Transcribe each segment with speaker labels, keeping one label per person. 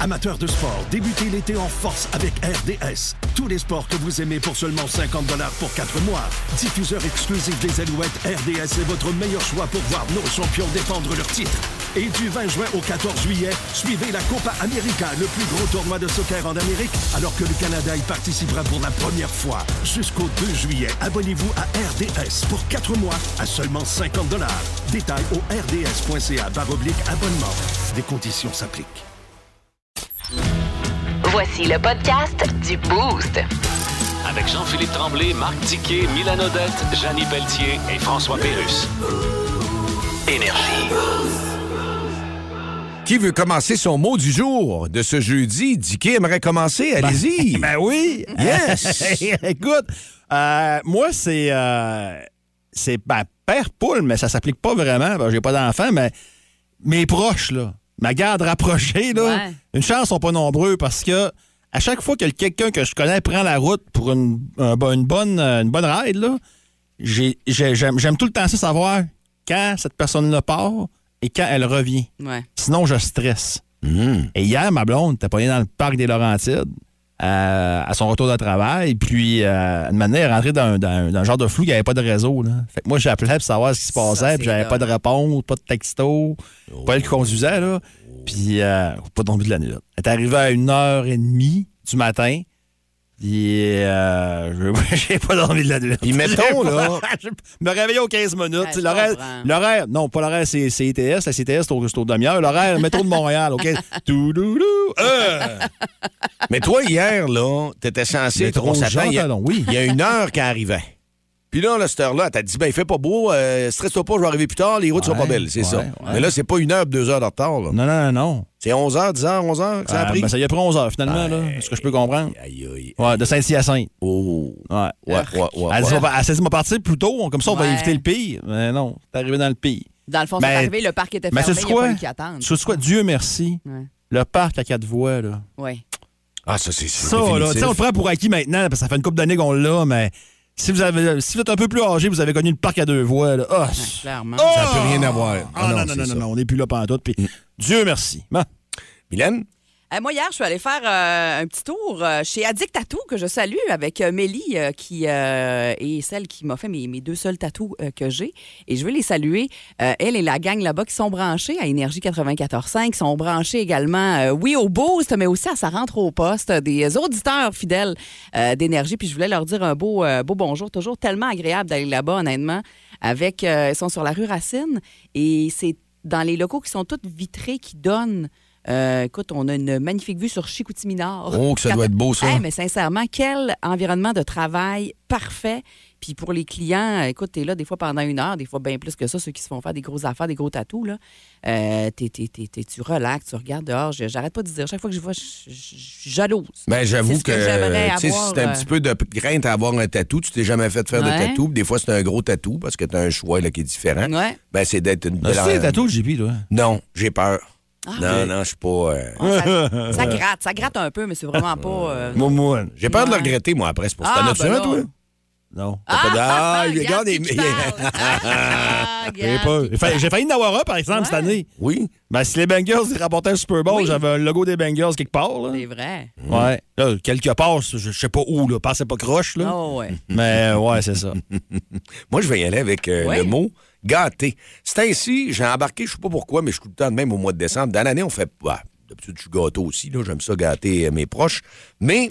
Speaker 1: Amateurs de sport, débutez l'été en force avec RDS. Tous les sports que vous aimez pour seulement 50 pour 4 mois. Diffuseur exclusif des Alouettes, RDS est votre meilleur choix pour voir nos champions défendre leur titre. Et du 20 juin au 14 juillet, suivez la Copa América, le plus gros tournoi de soccer en Amérique, alors que le Canada y participera pour la première fois. Jusqu'au 2 juillet, abonnez-vous à RDS pour 4 mois à seulement 50 Détail au rds.ca abonnement. Des conditions s'appliquent.
Speaker 2: Voici le podcast du Boost.
Speaker 3: Avec Jean-Philippe Tremblay, Marc Tiquet, Milan Odette, Janine Pelletier et François Pérus. Énergie.
Speaker 4: Qui veut commencer son mot du jour de ce jeudi? Dicky aimerait commencer, allez-y.
Speaker 5: Ben oui.
Speaker 4: Yes.
Speaker 5: Écoute, euh, moi, c'est. euh, c'est ben, père poule, mais ça s'applique pas vraiment. Ben, J'ai pas d'enfant, mais mes proches, là, ma garde rapprochée, là,
Speaker 6: Ouais.
Speaker 5: une chance, sont pas nombreux parce que à chaque fois que quelqu'un que je connais prend la route pour une, un bon- une bonne, euh, une bonne ride, là, j'ai- j'ai- j'aime j'aime tout le temps ça savoir quand cette personne-là part et quand elle revient.
Speaker 6: Ouais.
Speaker 5: Sinon, je stresse. Et hier, ma blonde était pognée dans le parc des Laurentides euh, à son retour de travail. Puis, euh, de manière, elle est rentrée dans, un- dans un- dans un genre de flou, il n'y avait pas de réseau. Là. Fait que moi, j'appelais pour savoir ce qui se passait,
Speaker 6: c'est
Speaker 5: puis j'avais pas de réponse, pas de texto, pas elle qui conduisait. Là. Puis, euh, pas tombé de la nuit. là. Elle est arrivée à 1h30 du matin. Puis, euh, j'ai pas dormi de la nuit.
Speaker 4: Puis mettons,
Speaker 5: J'ai pas-
Speaker 4: là-
Speaker 5: je me réveillais aux 15 minutes. Tu
Speaker 6: Ouais,
Speaker 5: sais,
Speaker 6: je
Speaker 5: l'horaire,
Speaker 6: comprends.
Speaker 5: l'horaire, non, pas l'horaire, c'est c'est CTS. La CTS, c'est au, c'est au demi-heure. L'horaire, métro de Montréal, OK? Toudoudou, euh!
Speaker 4: Mais toi, hier, là, t'étais censé.
Speaker 5: Mais trop
Speaker 4: on s'attend,
Speaker 5: Jean
Speaker 4: il y a-
Speaker 5: Talon, oui.
Speaker 4: Il y a une heure qu'elle arrivait. Puis là, à cette heure-là, t'as dit, ben, il fait pas beau, euh, stresse-toi pas, je vais arriver plus tard, les routes sont
Speaker 5: Ouais,
Speaker 4: pas belles, c'est
Speaker 5: ouais,
Speaker 4: ça.
Speaker 5: ouais.
Speaker 4: Mais là, c'est pas une heure, deux heures de retard, là.
Speaker 5: Non, non, non, non.
Speaker 4: C'est 11 heures, 10 heures, 11 heures que ça a
Speaker 5: Ah,
Speaker 4: pris.
Speaker 5: ben, ça y a pris 11 heures, finalement, là. Ce que je peux comprendre.
Speaker 4: Aïe, aïe.
Speaker 5: Ouais, de Saint-Hyacinthe.
Speaker 4: Oh.
Speaker 5: Ouais.
Speaker 4: Ouais, ouais, ouais.
Speaker 5: Elle dit,
Speaker 4: ouais.
Speaker 5: on va- elle s'est dit, on va partir plus tôt, on- comme ça, on va
Speaker 6: Ouais.
Speaker 5: éviter le pire. Mais non, t'es arrivé dans le pire.
Speaker 6: Dans le fond,
Speaker 5: Ben,
Speaker 6: c'est arrivé, le parc était
Speaker 5: Mais
Speaker 6: fermé,
Speaker 5: c'est
Speaker 6: il y a pas
Speaker 5: quoi?
Speaker 6: eu qui attendre.
Speaker 5: C'est quoi? Dieu merci.
Speaker 6: Ah, Ouais.
Speaker 5: Le parc à quatre voies, là.
Speaker 6: Ouais.
Speaker 4: Ah, ça, c'est sûr,
Speaker 5: Ça, là,
Speaker 4: définitif.
Speaker 5: tu sais, on le prend pour acquis maintenant, parce que ça fait une couple d'années qu'on l'a, mais si vous, avez, si vous êtes un peu plus âgé, vous avez connu le parc à deux voies, là. Ah,
Speaker 6: Ouais, clairement.
Speaker 4: Ça peut rien avoir.
Speaker 5: Ah, non, non,
Speaker 4: c'est
Speaker 5: non, non,
Speaker 4: ça.
Speaker 5: non, on n'est plus là pantoute. Puis Dieu merci. Bon.
Speaker 4: Mylène?
Speaker 6: Eh, moi, hier, je suis allée faire euh, un petit tour euh, chez Addict Tattoo, que je salue, avec euh, Mélie, euh, qui euh, est celle qui m'a fait mes, mes deux seuls tatous euh, que j'ai. Et je veux les saluer. Euh, elle et la gang là-bas qui sont branchés à Énergie 94.5, qui sont branchés également, euh, oui, au Boost, mais aussi à sa rentre au poste, euh, des auditeurs fidèles euh, d'Énergie. Puis je voulais leur dire un beau, euh, beau bonjour. Toujours tellement agréable d'aller là-bas, honnêtement. Avec, euh, ils sont sur la rue Racine et c'est dans les locaux qui sont tous vitrés, qui donnent. Euh, écoute, on a une magnifique vue sur Chicoutimi Nord.
Speaker 4: Oh, que ça doit être beau, ça.
Speaker 6: Hey, mais sincèrement, quel environnement de travail parfait. Puis pour les clients, euh, écoute, t'es là des fois pendant une heure, des fois bien plus que ça, ceux qui se font faire des grosses affaires, des gros tatous, là. Euh, t'es- t'es- t'es- t'es- tu relaxes, tu regardes dehors. Je- J'arrête pas de dire, chaque fois que je vois, je je- je suis jalouse.
Speaker 4: Ben,
Speaker 6: C'est
Speaker 4: j'avoue
Speaker 6: ce
Speaker 4: que,
Speaker 6: que j'aimerais
Speaker 4: tu sais,
Speaker 6: avoir,
Speaker 4: si t'as un
Speaker 6: euh,
Speaker 4: petit peu de crainte à avoir un tatou, tu t'es jamais fait faire
Speaker 6: Ouais.
Speaker 4: de tatou, puis des fois, c'est un gros tatou parce que t'as un choix là, qui est différent.
Speaker 6: Ouais.
Speaker 4: Ben, c'est d'être une
Speaker 5: Tu
Speaker 4: belle...
Speaker 5: sais, t'as tout le JP, toi.
Speaker 4: Non, j'ai peur. non,
Speaker 6: ok.
Speaker 4: non, je suis pas... euh,
Speaker 6: Ça, ça gratte, ça gratte un peu, mais c'est vraiment pas. euh,
Speaker 5: Moumoune.
Speaker 4: J'ai peur de le
Speaker 6: Ouais.
Speaker 4: regretter, moi, après. C'est pour
Speaker 6: Ah,
Speaker 4: ça.
Speaker 6: ben là.
Speaker 4: toi?
Speaker 5: Non.
Speaker 4: T'as pas de-
Speaker 6: Ah,
Speaker 4: Ah, il regarde,
Speaker 6: qui
Speaker 4: il-
Speaker 6: te parle. Ah,
Speaker 5: J'ai
Speaker 6: regarde
Speaker 5: pas-
Speaker 6: qui
Speaker 5: j'ai failli- j'ai failli en avoir un, par exemple, cette année.
Speaker 4: Oui.
Speaker 5: Ben, si les Bengals ils rapportaient le Super Bowl,
Speaker 6: Oui.
Speaker 5: j'avais un logo des Bengals quelque part. Là.
Speaker 6: C'est vrai.
Speaker 5: Ouais. Là, quelque part, je je sais pas où, là. Passez pas croche, là.
Speaker 6: Oh, ouais.
Speaker 5: Mais euh, ouais, c'est ça.
Speaker 4: Moi, je vais y aller avec euh,
Speaker 6: Oui.
Speaker 4: le mot gâté. C'est ainsi, j'ai embarqué, je sais pas pourquoi, mais je suis tout le temps de même au mois de décembre. Dans l'année, on fait. bah, D'habitude, je suis gâteau aussi, là. J'aime ça gâter euh, mes proches. Mais.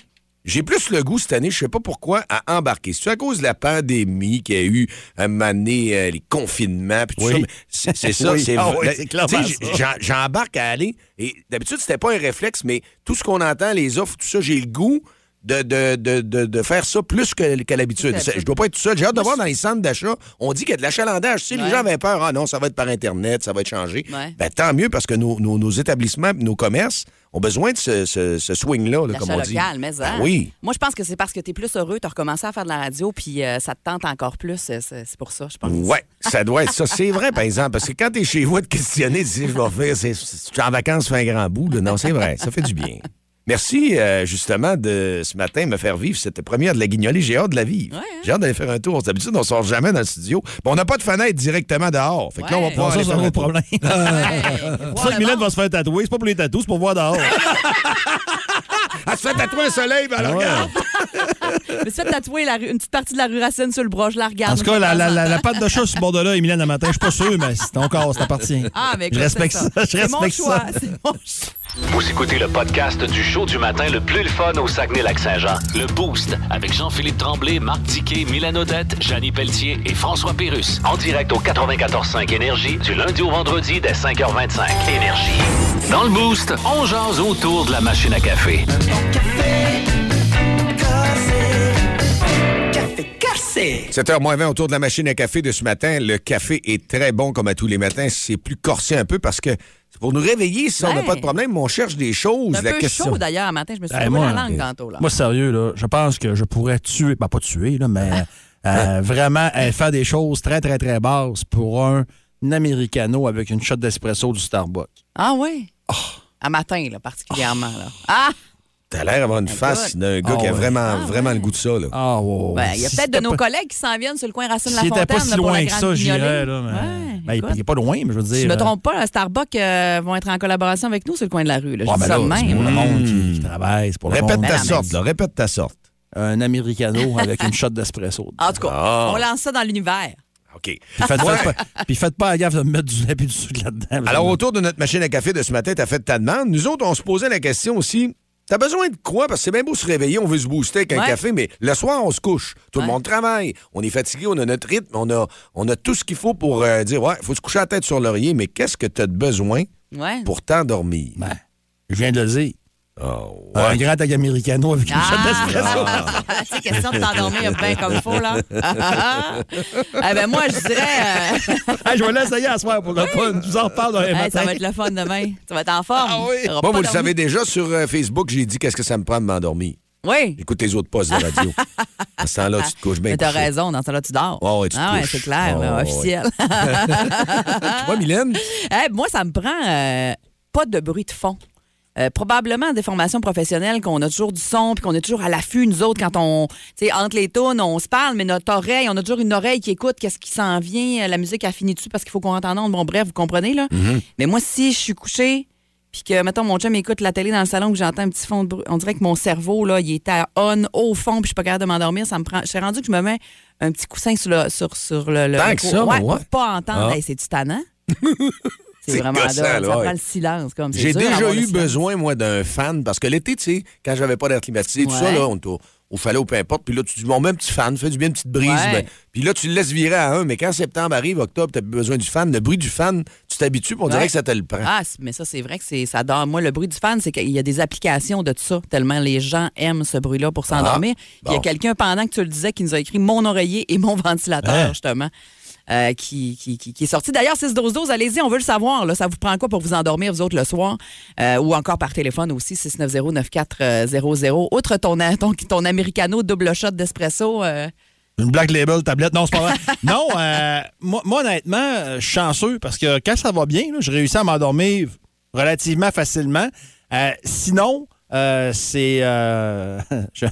Speaker 4: J'ai plus le goût cette année, je sais pas pourquoi, à embarquer. C'est à cause de la pandémie qu'il y a eu, à mané euh, les confinements, puis tout
Speaker 5: Oui.
Speaker 4: ça. mais C'est c'est ça,
Speaker 5: Oui.
Speaker 4: c'est
Speaker 5: Ah
Speaker 4: vrai.
Speaker 5: oui, c'est clairement
Speaker 4: Tu sais, j'-
Speaker 5: ça.
Speaker 4: j'en- j'embarque à aller. Et d'habitude, c'était pas un réflexe, mais tout ce qu'on entend, les offres, tout ça, j'ai le goût de, de, de, de, de faire ça plus que, qu'à l'habitude.
Speaker 6: Plus qu'à
Speaker 4: Je dois pas être tout seul. J'ai hâte de voir dans les centres d'achat, on dit qu'il y a de l'achalandage. Si
Speaker 6: Ouais.
Speaker 4: les gens avaient peur, ah non, ça va être par Internet, ça va être changé.
Speaker 6: Ouais.
Speaker 4: Ben, tant mieux parce que nos, nos, nos établissements, nos commerces ont besoin de ce, ce, ce swing-là, là, comme
Speaker 6: L'achat
Speaker 4: on dit.
Speaker 6: local, mais ça.
Speaker 4: Ben oui.
Speaker 6: Moi, je pense que c'est parce que tu es plus heureux, tu as recommencé à faire de la radio, puis euh, ça te tente encore plus. C'est- C'est c'est pour ça, je pense.
Speaker 4: Ouais, ça doit être ça. C'est vrai, par exemple, parce que quand t'es chez vous, de questionner, tu dis, je vais faire, c'est- c'est- je suis en vacances, je fais un grand bout. là. Non, c'est vrai, ça fait du bien. Merci, euh, justement, de ce matin me faire vivre cette première de la guignolée. J'ai hâte de la vivre.
Speaker 6: Ouais, hein?
Speaker 4: J'ai hâte d'aller faire un tour. D'habitude, on sort jamais dans le studio. Puis on n'a pas de fenêtre directement dehors. Fait que là, on va
Speaker 6: Ouais.
Speaker 4: pouvoir
Speaker 5: ça,
Speaker 4: aller
Speaker 5: c'est
Speaker 4: faire
Speaker 5: un
Speaker 4: un
Speaker 5: gros
Speaker 4: tour.
Speaker 5: problème. C'est pour ça que Mylène va se faire tatouer. C'est pas pour les tatous, c'est pour voir dehors.
Speaker 4: Ah, se fait tatouer un soleil, ben alors,
Speaker 5: Ouais.
Speaker 4: regarde.
Speaker 6: Je me suis fait tatouer la rue- une petite partie de la rue Racine sur le bras, je la regarde.
Speaker 5: En tout cas, la, la, la, la patte de chat sur ce bord-là, Emilienne, le matin, je suis pas sûr, mais c'est ton corps, ça t'appartient.
Speaker 6: Ah, mais
Speaker 5: je
Speaker 6: écoute,
Speaker 5: respecte
Speaker 6: c'est
Speaker 5: ça. Je
Speaker 6: C'est mon
Speaker 5: respecte
Speaker 6: choix.
Speaker 5: ça.
Speaker 6: C'est mon choix.
Speaker 3: Vous écoutez le podcast du show du matin le plus le fun au Saguenay-Lac-Saint-Jean. Le Boost avec Jean-Philippe Tremblay, Marc Diquet, Milan Odette, Janine Pelletier et François Pérus. En direct au 94.5 Énergie du lundi au vendredi dès 5h25. Énergie. Dans le Boost, on jase autour de la machine à café.
Speaker 7: cassé.
Speaker 4: 7h moins 20 autour de la machine à café de ce matin. Le café est très bon comme à tous les matins. C'est plus corsé un peu parce que c'est pour nous réveiller. Si on n'a
Speaker 6: Ouais.
Speaker 4: pas de problème, mais on cherche des choses.
Speaker 6: C'est un
Speaker 4: la
Speaker 6: peu
Speaker 4: question.
Speaker 6: chaud d'ailleurs, matin. Je me suis
Speaker 5: Eh,
Speaker 6: trouvé
Speaker 5: moi,
Speaker 6: la
Speaker 5: euh,
Speaker 6: langue tantôt. Là.
Speaker 5: Moi, sérieux, là, je pense que je pourrais tuer, ben pas tuer, là, mais euh, vraiment euh, faire des choses très, très, très basses pour un americano avec une shot d'espresso du Starbucks.
Speaker 6: ah oui?
Speaker 5: Oh.
Speaker 6: À matin, là, particulièrement. Là. Ah!
Speaker 4: T'as l'air d'avoir une face
Speaker 6: écoute.
Speaker 4: d'un gars
Speaker 5: Ah
Speaker 4: qui a
Speaker 5: ouais.
Speaker 4: vraiment, vraiment le goût de ça. Là.
Speaker 5: Ah, wow.
Speaker 6: Ben, Il y a
Speaker 5: Si
Speaker 6: peut-être de
Speaker 5: c'était
Speaker 6: nos
Speaker 5: pas-
Speaker 6: collègues qui s'en viennent sur le coin Racine-la
Speaker 5: S'il était
Speaker 6: Fontaine.
Speaker 5: pas si
Speaker 6: là, pour la
Speaker 5: loin que
Speaker 6: grande
Speaker 5: ça, j'irais,
Speaker 6: guignolée.
Speaker 5: là. mais-
Speaker 6: Ouais,
Speaker 5: Ben, il
Speaker 6: écoute.
Speaker 5: il est pas loin, mais je veux dire.
Speaker 6: Si je me
Speaker 5: euh,
Speaker 6: trompe pas, là, Starbucks euh, vont être en collaboration avec nous sur le coin de la rue. Là. Je
Speaker 5: ah,
Speaker 6: dis
Speaker 5: ben
Speaker 6: ça
Speaker 5: là,
Speaker 6: de
Speaker 5: c'est
Speaker 6: même. Hmm.
Speaker 5: pour
Speaker 6: là.
Speaker 5: le monde qui, qui travaille, Ah, c'est pour le
Speaker 4: Répète
Speaker 5: monde. Ben,
Speaker 4: ta
Speaker 6: mais-
Speaker 4: sorte, là. Répète ta sorte.
Speaker 5: Un americano avec une shot d'espresso.
Speaker 6: En tout cas,
Speaker 4: Ah.
Speaker 6: on lance ça dans l'univers.
Speaker 4: OK.
Speaker 5: Puis faites, faites pas, puis faites pas la gaffe de me mettre du lait et du sucre là-dedans. là.
Speaker 4: Alors, autour de notre machine à café de ce matin, t'as fait ta demande. Nous autres, on se posait la question aussi. T'as besoin de quoi? Parce que c'est bien beau se réveiller, on veut se booster avec un
Speaker 6: Ouais.
Speaker 4: café, mais le soir, on se couche. Tout le
Speaker 6: Ouais.
Speaker 4: monde travaille. On est fatigué, on a notre rythme, on a, on a tout ce qu'il faut pour euh, dire, ouais, faut se coucher la tête sur l'oreiller, mais qu'est-ce que t'as de besoin
Speaker 6: Ouais.
Speaker 4: pour t'endormir?
Speaker 5: Ben, je viens de le dire.
Speaker 4: Oh, ouais.
Speaker 5: Un grand americano avec une shot
Speaker 6: Ah!
Speaker 5: d'espresso.
Speaker 6: C'est question de t'endormir bien comme faut, là. eh ben moi, je dirais, euh,
Speaker 5: Hey, je vais l'essayer à soir pour le fun. Je vous en reparle dans les
Speaker 6: hey,
Speaker 5: matins.
Speaker 6: ça va être le fun demain. Tu vas être en forme.
Speaker 4: Ah oui. Moi,
Speaker 6: T'auras pas
Speaker 4: vous le
Speaker 6: dormi.
Speaker 4: savez déjà, sur euh, Facebook, j'ai dit qu'est-ce que ça me prend de m'endormir.
Speaker 6: Oui.
Speaker 4: J'écoute les autres postes de radio. à ce temps-là, tu te couches bien.
Speaker 6: Mais t'as
Speaker 4: couché.
Speaker 6: raison, dans ce là tu dors.
Speaker 4: Ouais, ouais, tu te
Speaker 6: ah, ouais,
Speaker 4: couches.
Speaker 6: c'est clair, là,
Speaker 4: Ouais, ouais,
Speaker 6: officiel.
Speaker 4: Tu vois, Mylène?
Speaker 6: Eh, moi, ça me prend euh, pas de bruit de fond. Euh, probablement des formations professionnelles qu'on a toujours du son puis qu'on est toujours à l'affût nous autres quand on tu sais entre les tunes on se parle mais notre oreille on a toujours une oreille qui écoute qu'est-ce qui s'en vient euh, la musique a fini dessus parce qu'il faut qu'on entende bon bref vous comprenez là
Speaker 4: Mm-hmm.
Speaker 6: mais moi si je suis couchée puis que mettons mon chum écoute la télé dans le salon que j'entends un petit fond de bruit on dirait que mon cerveau là il est à on au fond puis je suis pas capable de m'endormir ça me prend je suis rendu que je me mets un petit coussin sur le sur, sur le, le
Speaker 4: Tant que
Speaker 6: micro.
Speaker 4: ça,
Speaker 6: Ouais,
Speaker 4: ouais.
Speaker 6: pour pas entendre
Speaker 4: Ah.
Speaker 6: Hey, c'est du tannant
Speaker 4: C'est
Speaker 6: c'est vraiment
Speaker 4: gossant,
Speaker 6: là,
Speaker 4: là,
Speaker 6: ça
Speaker 4: ouais.
Speaker 6: prend le silence comme c'est
Speaker 4: J'ai
Speaker 6: dur
Speaker 4: déjà
Speaker 6: d'avoir le
Speaker 4: eu
Speaker 6: silence.
Speaker 4: besoin, moi, d'un fan, parce que l'été, tu sais, quand j'avais pas d'air climatisé, tout ça,
Speaker 6: Ouais.
Speaker 4: là, on était au, au chalet ou peu importe, puis là, tu dis, bon, même petit fan, fais du bien une petite brise.
Speaker 6: Ouais.
Speaker 4: ben, puis là, tu le laisses virer à un, mais quand septembre arrive, octobre, t'as plus besoin du fan, le bruit du fan, tu t'habitues, puis on dirait
Speaker 6: Ouais.
Speaker 4: que ça te le prend.
Speaker 6: Ah, c- mais ça, c'est vrai que c'est, ça dort. Moi, le bruit du fan, c'est qu'il y a des applications de tout ça, tellement les gens aiment ce bruit-là pour s'endormir.
Speaker 4: Ah, bon.
Speaker 6: Il y a quelqu'un, pendant que tu le disais, qui nous a écrit mon oreiller et mon ventilateur,
Speaker 4: Hein?
Speaker 6: justement, euh, qui, qui, qui- qui est sorti. D'ailleurs, 6-12-12, allez-y, on veut le savoir. Là, ça vous prend quoi pour vous endormir, vous autres, le soir? Euh, ou encore par téléphone aussi, 690-9400. euh, Outre ton, euh, ton, ton americano double shot d'espresso, euh,
Speaker 5: Une Black Label tablette, non, c'est pas vrai. non, euh, moi, moi, honnêtement, euh, je suis chanceux parce que quand ça va bien, là, je réussis à m'endormir relativement facilement. Euh, sinon, euh, c'est. euh, je-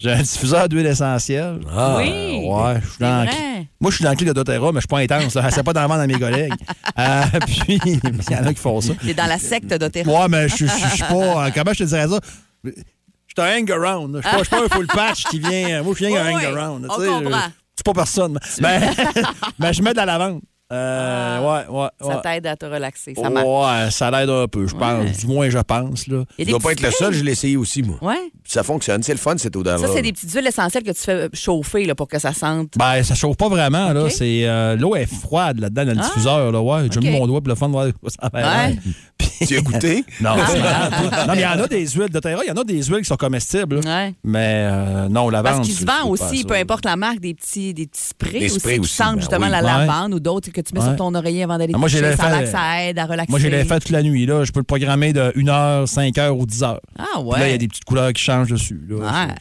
Speaker 5: J'ai un diffuseur d'huile essentielle.
Speaker 6: Ah.
Speaker 5: Euh,
Speaker 6: Oui,
Speaker 5: ouais, je suis dans le
Speaker 6: c'est
Speaker 5: cli-
Speaker 6: vrai.
Speaker 5: Moi, je suis dans le clip de doTERRA, mais je suis pas intense. là. Je sais pas d'en vendre à mes collègues. Euh, puis, il y en a qui font ça.
Speaker 6: t'es dans la secte de tes
Speaker 5: Ouais, mais je je- je suis pas. euh, Comment je te dirais ça? Je suis un hang-around. là. Je suis pas- je suis pas, un full patch qui vient. euh, Moi, je viens
Speaker 6: Oui,
Speaker 5: un
Speaker 6: oui,
Speaker 5: hang-around. là,
Speaker 6: on
Speaker 5: tu sais, je-
Speaker 6: comprend.
Speaker 5: Je suis pas personne. Mais, mais je mets de la lavande. Euh, ouais, ouais,
Speaker 6: Ah, Ça
Speaker 5: ouais.
Speaker 6: t'aide à te relaxer, ça marche.
Speaker 5: Ouais, ça l'aide un peu, je pense. Du moins, je pense. Là.
Speaker 6: Il y
Speaker 4: Tu
Speaker 6: a des
Speaker 4: dois pas être
Speaker 6: petits
Speaker 4: le seul,
Speaker 6: sprays.
Speaker 4: je l'ai essayé aussi, moi.
Speaker 6: Ouais.
Speaker 4: Ça fonctionne, c'est le fun, cette odeur-là.
Speaker 6: Ça, c'est des petites huiles essentielles que tu fais euh, chauffer là, pour que ça sente.
Speaker 5: Ben, ça chauffe pas vraiment. là.
Speaker 6: Ok. Ah.
Speaker 5: C'est euh, L'eau est froide là-dedans dans le diffuseur. Là, ouais. J'ai
Speaker 6: Ok.
Speaker 5: mis mon doigt pour le fun de voir où ça va.
Speaker 6: Ouais. Ah,
Speaker 4: Tu as goûté?
Speaker 5: Non, c'est malade. non, mais il y en a des huiles de terre. Il y en a des huiles qui sont comestibles. là.
Speaker 6: Ouais.
Speaker 5: Mais euh, non, la
Speaker 6: Parce
Speaker 5: vente,
Speaker 6: qu'il se
Speaker 5: je
Speaker 6: vend
Speaker 5: trouve pas
Speaker 6: aussi,
Speaker 5: ça,
Speaker 6: peu
Speaker 5: là.
Speaker 6: importe la marque, des petits, des petits sprays,
Speaker 4: Des sprays
Speaker 6: aussi qui
Speaker 4: aussi,
Speaker 6: sentent
Speaker 4: ben
Speaker 6: justement
Speaker 4: oui.
Speaker 6: la
Speaker 5: Ouais.
Speaker 6: lavande ou d'autres que tu mets
Speaker 5: Ouais.
Speaker 6: sur ton oreiller avant d'aller
Speaker 5: Ah, moi, j'ai
Speaker 6: te coucher. Ça
Speaker 5: l'effet-
Speaker 6: a l'air que ça aide à relaxer.
Speaker 5: Moi, j'ai l'ai fait toute la nuit. Là. Je peux le programmer de 1h, 5h ou 10h.
Speaker 6: Ah
Speaker 5: Puis Là, il y
Speaker 6: ouais. Ah.
Speaker 5: a des petites couleurs qui changent dessus. là.
Speaker 6: Ouais.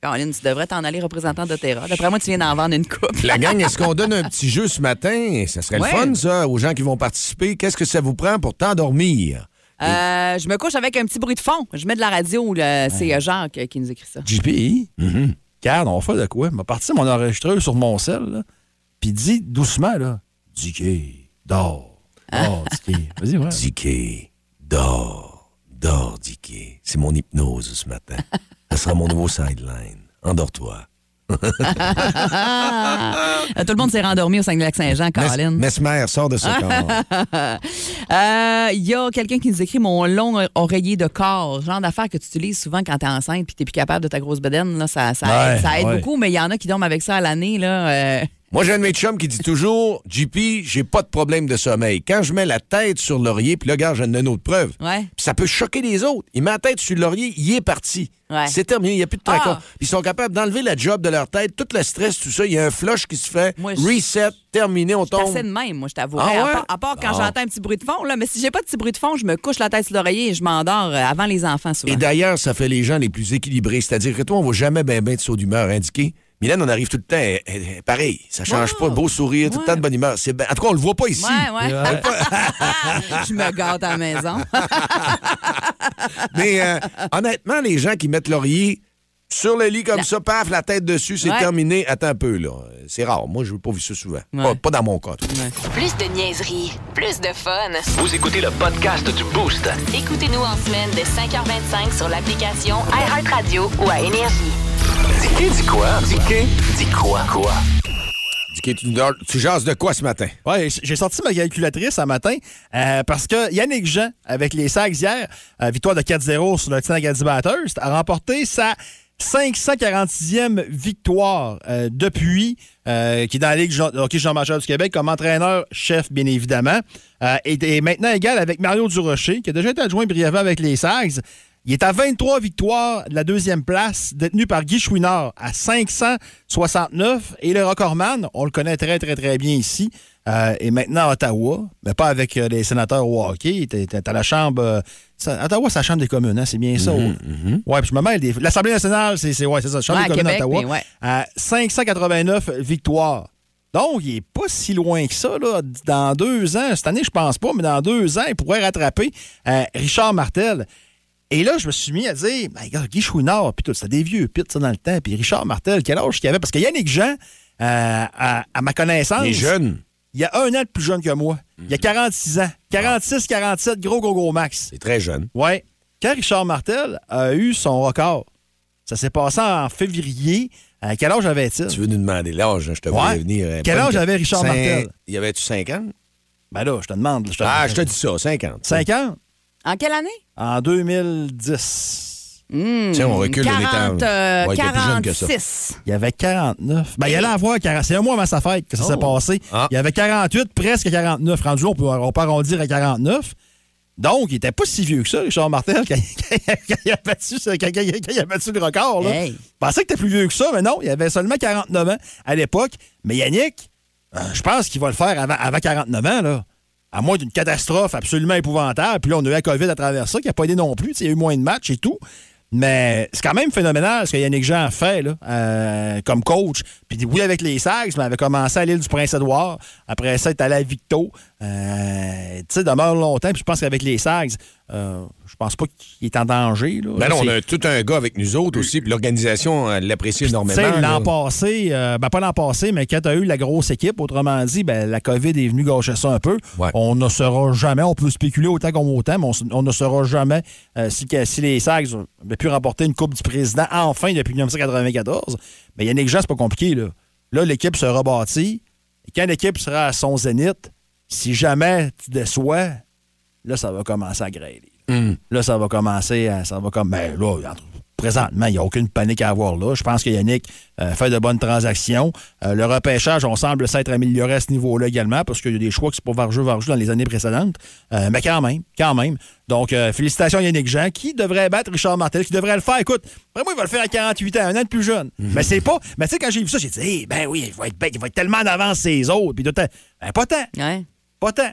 Speaker 6: Caroline, tu devrais t'en aller représentant de Terra. D'après moi, tu viens d'en vendre une coupe.
Speaker 4: La gang, est-ce qu'on donne un petit jeu ce matin? Ça serait
Speaker 6: Ouais.
Speaker 4: le fun, ça, aux gens qui vont participer. Qu'est-ce que ça vous prend pour t'endormir?
Speaker 6: Euh, je me couche avec un petit bruit de fond. Je mets de la radio. là. C'est euh, Jacques euh, qui nous écrit ça.
Speaker 5: JPI, regarde, on va faire de quoi? m'a parti mon enregistreuse sur mon sel, là, puis dis doucement, là, Dicky, dors,
Speaker 6: Hein?
Speaker 5: dors, Dicky. Vas-y, ouais.
Speaker 4: Dicky, dors, dors, Dicky. C'est mon hypnose ce matin. Ça sera mon nouveau sideline. Endors-toi.
Speaker 6: Euh, tout le monde s'est rendormi au Saguenay-Lac-Saint-Jean,
Speaker 4: Mes-
Speaker 6: Caroline.
Speaker 4: Mesmer, sors de ce corps.
Speaker 6: Euh, Il y a quelqu'un qui nous écrit mon long oreiller de corps, genre d'affaire que tu utilises souvent quand t'es enceinte puis t'es plus capable de ta grosse bedaine. Là, ça, ça
Speaker 5: Ouais,
Speaker 6: aide, ça aide
Speaker 5: ouais.
Speaker 6: beaucoup, mais il y en a qui dorment avec ça à l'année. là. euh.
Speaker 4: Moi, j'ai un de mes chums qui dit toujours JP, j'ai pas de problème de sommeil. Quand je mets la tête sur l'oreiller, puis là, gars, j'ai une autre preuve.
Speaker 6: Ouais.
Speaker 4: Puis ça peut choquer les autres. Il met la tête sur l'oreiller, il est parti.
Speaker 6: Ouais.
Speaker 4: C'est terminé, il n'y a plus de tracas.
Speaker 6: Ah!
Speaker 4: Puis Ils sont capables d'enlever la job de leur tête, tout le stress, tout ça. Il y a un flush qui se fait,
Speaker 6: Moi, je-
Speaker 4: reset, terminé, on tombe.
Speaker 6: Passais de même, moi, je t'avoue.
Speaker 4: Ah ouais?
Speaker 6: à, part, à part quand
Speaker 4: Bon.
Speaker 6: j'entends un petit bruit de fond, là, mais si j'ai pas de petit bruit de fond, je me couche la tête sur l'oreiller et je m'endors euh, avant les enfants souvent.
Speaker 4: Et d'ailleurs, ça fait les gens les plus équilibrés. C'est-à-dire que toi, on va jamais ben ben de saut d'humeur indiqué. Mylène, on arrive tout le temps elle- elle- elle- pareil. Ça change pas.
Speaker 6: Wow.
Speaker 4: Beau sourire, tout le
Speaker 6: Ouais.
Speaker 4: temps de bonne humeur. C'est ben- En tout cas, on le voit pas ici.
Speaker 6: Ouais, ouais. je me gâte à la maison.
Speaker 4: Mais euh, honnêtement, les gens qui mettent l'oreiller sur le lit comme ça, paf, la tête dessus, c'est
Speaker 6: Ouais.
Speaker 4: terminé. Attends un peu, là. C'est rare. Moi, je n'ai pas vu ça souvent.
Speaker 6: Ouais.
Speaker 4: Pas, pas dans mon cas. en tout cas.
Speaker 2: Plus de niaiserie, plus de fun.
Speaker 3: Vous écoutez le podcast du Boost.
Speaker 2: Écoutez-nous en semaine de 5h25 sur l'application iHeartRadio ou à Énergie.
Speaker 3: Dicky dit quoi? Dicky dit quoi? Quoi?
Speaker 4: Dicky, tu, nous donnes- tu jases de quoi ce matin?
Speaker 5: Ouais, j- j'ai sorti ma calculatrice ce matin euh, parce que Yannick Jean, avec les Sags hier, euh, victoire de 4-0 sur le Tina Bathurst, a remporté sa 546e victoire euh, depuis, euh, qui est dans la Ligue Jean- hockey Jean Major du Québec comme entraîneur-chef, bien évidemment. Euh, et est maintenant égal avec Mario Durocher, qui a déjà été adjoint brièvement avec les Sags. Il est à 23 victoires de la deuxième place, détenu par Guy Chouinard à 569. Et le recordman, on le connaît très, très, très bien ici, euh, est maintenant à Ottawa, mais pas avec euh, les sénateurs au hockey. Il était- était à la chambre. euh, ça- Ottawa, c'est la chambre des communes, hein, c'est bien ça. Oui, puis je me mêle des- L'Assemblée nationale, c'est c'est- ouais, c'est ça, chambre
Speaker 6: Mm-hmm, Ouais,
Speaker 5: des communes
Speaker 6: à Québec,
Speaker 5: d'Ottawa. Euh,
Speaker 6: mais ouais.
Speaker 5: À 589 victoires. Donc, il n'est pas si loin que ça. Là. Dans deux ans, cette année, je pense pas, mais dans deux ans, il pourrait rattraper euh, Richard Martel. Et là, je me suis mis à dire, ben, regarde, Guy Chouinard, puis tout, c'était des vieux pits ça, dans le temps, puis Richard Martel, quel âge qu'il avait? Parce que Yannick Jean, euh, à, à ma connaissance,
Speaker 4: Les jeunes,
Speaker 5: il y a un an de plus jeune que moi. Il a
Speaker 4: Mhm.
Speaker 5: 46
Speaker 4: Ah.
Speaker 5: ans. 46, 47, gros, gros, gros max.
Speaker 4: c'est très jeune.
Speaker 5: Oui. Quand Richard Martel a eu son record, ça s'est passé en février. À quel âge avait-il?
Speaker 4: Tu veux nous demander l'âge, hein, je te
Speaker 5: Ouais.
Speaker 4: voyais venir. euh,
Speaker 5: Quel
Speaker 4: pas
Speaker 5: âge
Speaker 4: une-
Speaker 5: avait Richard
Speaker 4: Cin-
Speaker 5: Martel?
Speaker 4: Il avait-tu 50?
Speaker 5: Ben là, je te demande. là, Je te...
Speaker 4: Ah, je te dis ça, 50.
Speaker 5: 50?
Speaker 6: En quelle année?
Speaker 5: En 2010.
Speaker 4: Tiens,
Speaker 5: Hmm,
Speaker 4: on recule le
Speaker 6: 40, euh,
Speaker 4: Ouais, il était plus jeune que ça.
Speaker 6: 46.
Speaker 5: Il y avait 49. Ben, il allait avoir 40. C'est un mois avant sa fête que ça s'est passé.
Speaker 4: Ah.
Speaker 5: Il y avait 48, presque 49. Rendu, là, on peut, on peut arrondir à 49. Donc, il était pas si vieux que ça, Richard Martel, quand, quand- quand il, a battu, ce- quand- quand- quand il a battu le record. Là.
Speaker 6: Hey.
Speaker 5: Je pensais que t'es plus vieux que ça, mais non, il avait seulement 49 ans à l'époque. Mais Yannick, euh, je pense qu'il va le faire avant, avant 49 ans, là. À moins d'une catastrophe absolument épouvantable. Puis là, on a eu la COVID à travers ça, qui n'a pas aidé non plus. Tu sais, Il y a eu moins de matchs et tout. Mais c'est quand même phénoménal ce que Yannick Jean fait là, euh, comme coach. Puis oui, avec les Sags, mais avait commencé à l'île du Prince-Édouard. Après ça, il est allé à Victo. Euh, tu sais, demeure longtemps. Puis je pense qu'avec les Sags, euh, je pense pas qu'il est en danger. Là.
Speaker 4: Ben non,
Speaker 5: C'est-
Speaker 4: on a tout un gars avec nous autres aussi, puis l'organisation euh, l'apprécie
Speaker 5: tu sais,
Speaker 4: énormément. là.
Speaker 5: l'an passé, euh, ben pas l'an passé, mais quand tu as eu la grosse équipe, autrement dit, ben, la COVID est venue gâcher ça un peu.
Speaker 4: Ouais.
Speaker 5: On ne saura jamais, on peut spéculer autant qu'on veut autant, mais on, s- on ne saura jamais euh, si, que- si les Sags avaient pu remporter une Coupe du Président enfin depuis 1994. Mais Yannick Jean, c'est pas compliqué. Là, Là, l'équipe se rebâtit. Et quand l'équipe sera à son zénith, si jamais tu déçois, là, ça va commencer à grêler. Là, ça va commencer à. Ça va comme. Ben là, entre- présentement, il n'y a aucune panique à avoir là. Je pense que Yannick euh, fait de bonnes transactions. Euh, le repêchage, on semble s'être amélioré à ce niveau-là également, parce qu'il y a des choix qui sont pas varjeux, varjeux dans les années précédentes. Euh, mais quand même, quand même. Donc, euh, félicitations Yannick Jean, qui devrait battre Richard Martel, qui devrait le faire. Écoute, après moi, il va le faire à 48 ans, un an de plus jeune. Mais c'est pas. Mais tu sais, quand j'ai vu ça, j'ai dit, Eh, ben oui, il va être bête, il va être tellement en avance ses autres. Puis, tout le temps. ben, pas tant,
Speaker 6: Ouais.
Speaker 5: pas tant.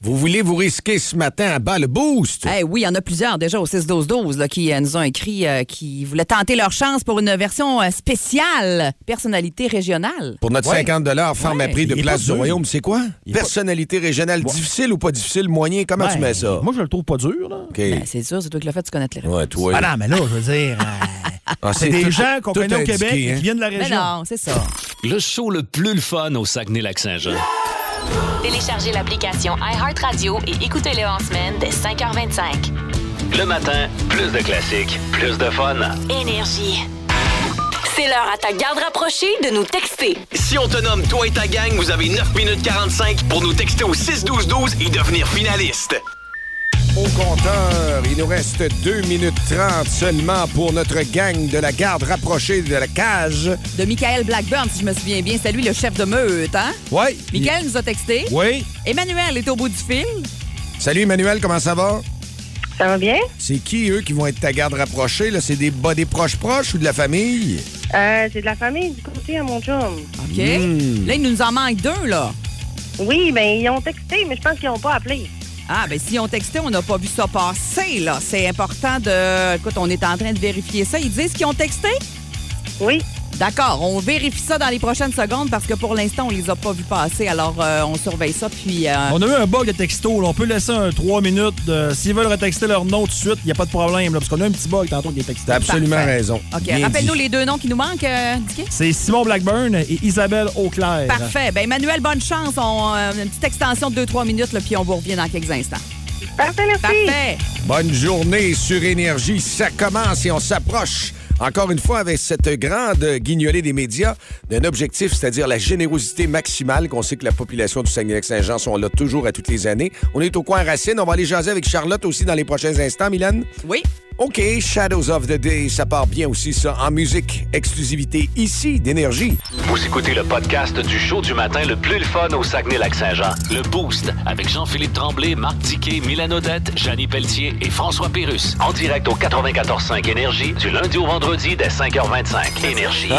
Speaker 4: Vous voulez vous risquer ce matin à bas le boost?
Speaker 6: Eh oui, il y en a plusieurs déjà au 6-12-12 là, qui euh, nous ont écrit euh, qui voulaient tenter leur chance pour une version euh, spéciale personnalité régionale.
Speaker 4: Pour notre
Speaker 5: Ouais.
Speaker 4: 50 ferme à
Speaker 6: Ouais.
Speaker 4: prix de
Speaker 5: Il est
Speaker 4: place
Speaker 5: pas
Speaker 4: du
Speaker 5: dur.
Speaker 4: royaume, c'est quoi?
Speaker 5: Il est pas-
Speaker 4: Personnalité régionale, difficile ou pas difficile, moyen, comment tu mets ça?
Speaker 5: Moi, je le trouve pas dur, là.
Speaker 4: OK.
Speaker 6: Ben, c'est sûr, c'est toi qui l'as fait, tu connais les
Speaker 4: Ouais, toi.
Speaker 5: Ah non, mais là, je veux dire, euh,
Speaker 4: Ah,
Speaker 5: c'est des
Speaker 4: tout-
Speaker 5: gens qu'on
Speaker 4: tout
Speaker 5: connaît au
Speaker 4: indiqué,
Speaker 5: Québec et
Speaker 4: hein?
Speaker 5: qui viennent de la
Speaker 6: Mais
Speaker 5: région.
Speaker 6: non, c'est ça.
Speaker 3: Le show le plus le fun au Saguenay-Lac-Saint-Jean.
Speaker 2: Téléchargez l'application iHeartRadio et écoutez-le en semaine dès 5h25.
Speaker 3: Le matin, plus de classiques, plus de fun.
Speaker 2: Énergie. C'est l'heure à ta garde rapprochée de nous texter.
Speaker 7: Si on te nomme toi et ta gang, vous avez 9 minutes 45 pour nous texter au 6-12-12 et devenir finaliste.
Speaker 4: Au compteur, il nous reste 2 minutes 30 seulement pour notre gang de la garde rapprochée de la cage.
Speaker 6: De Michael Blackburn, si je me souviens bien, c'est lui le chef de meute, hein?
Speaker 4: Ouais.
Speaker 6: Michael nous a texté.
Speaker 4: Oui.
Speaker 6: Emmanuel est au bout du fil.
Speaker 4: Salut Emmanuel, comment ça va?
Speaker 8: Ça va bien?
Speaker 4: C'est qui, eux, qui vont être ta garde rapprochée? Là? C'est des bas des proches proches ou de la famille?
Speaker 8: Euh, c'est de la famille du côté à mon chum.
Speaker 6: OK.
Speaker 4: Mm.
Speaker 6: Là, il nous en manque deux, là.
Speaker 8: Oui, ben ils ont texté, mais je pense qu'ils n'ont pas appelé.
Speaker 6: Ah, ben si on textait, on n'a pas vu ça passer, là. C'est important de. Écoute, on est en train de vérifier ça. Ils disent qu'ils ont texté?
Speaker 8: Oui.
Speaker 6: D'accord, on vérifie ça dans les prochaines secondes parce que pour l'instant, on les a pas vus passer. Alors, euh, on surveille ça, puis... euh,
Speaker 5: On a eu un bug de texto. là. On peut laisser un 3 minutes. de- S'ils veulent retexter leur nom tout de suite, il n'y a pas de problème. là, parce qu'on a eu un petit bug tantôt qui est texté.
Speaker 4: T'as absolument
Speaker 6: Parfait.
Speaker 4: raison.
Speaker 6: OK,
Speaker 4: Bien
Speaker 6: rappelle-nous
Speaker 4: dit.
Speaker 6: les deux noms qui nous manquent, euh, Dicky.
Speaker 5: C'est Simon Blackburn et Isabelle Auclair.
Speaker 6: Parfait. Ben, Emmanuel, bonne chance. On, euh, une petite extension de 2-3 minutes, là, puis on vous revient dans quelques instants.
Speaker 8: Parfait, merci.
Speaker 6: Parfait.
Speaker 4: Bonne journée sur Énergie. Ça commence et on s'approche. Encore une fois, avec cette grande guignolée des médias, d'un objectif, c'est-à-dire la générosité maximale, qu'on sait que la population du Saguenay-Lac-Saint-Jean sont là toujours à toutes les années. On est au coin racine. On va aller jaser avec Charlotte aussi dans les prochains instants, Mylène.
Speaker 6: Oui.
Speaker 4: OK, Shadows of the Day, ça part bien aussi, ça, en musique. Exclusivité ici d'énergie.
Speaker 3: Vous écoutez le podcast du show du matin le plus le fun au Saguenay-Lac-Saint-Jean. Le Boost avec Jean-Philippe Tremblay, Marc Tiquet, Milan Odette, Janine Pelletier et François Pérus. En direct au 94.5 Énergie du lundi au vendredi dès 5h25. Énergie.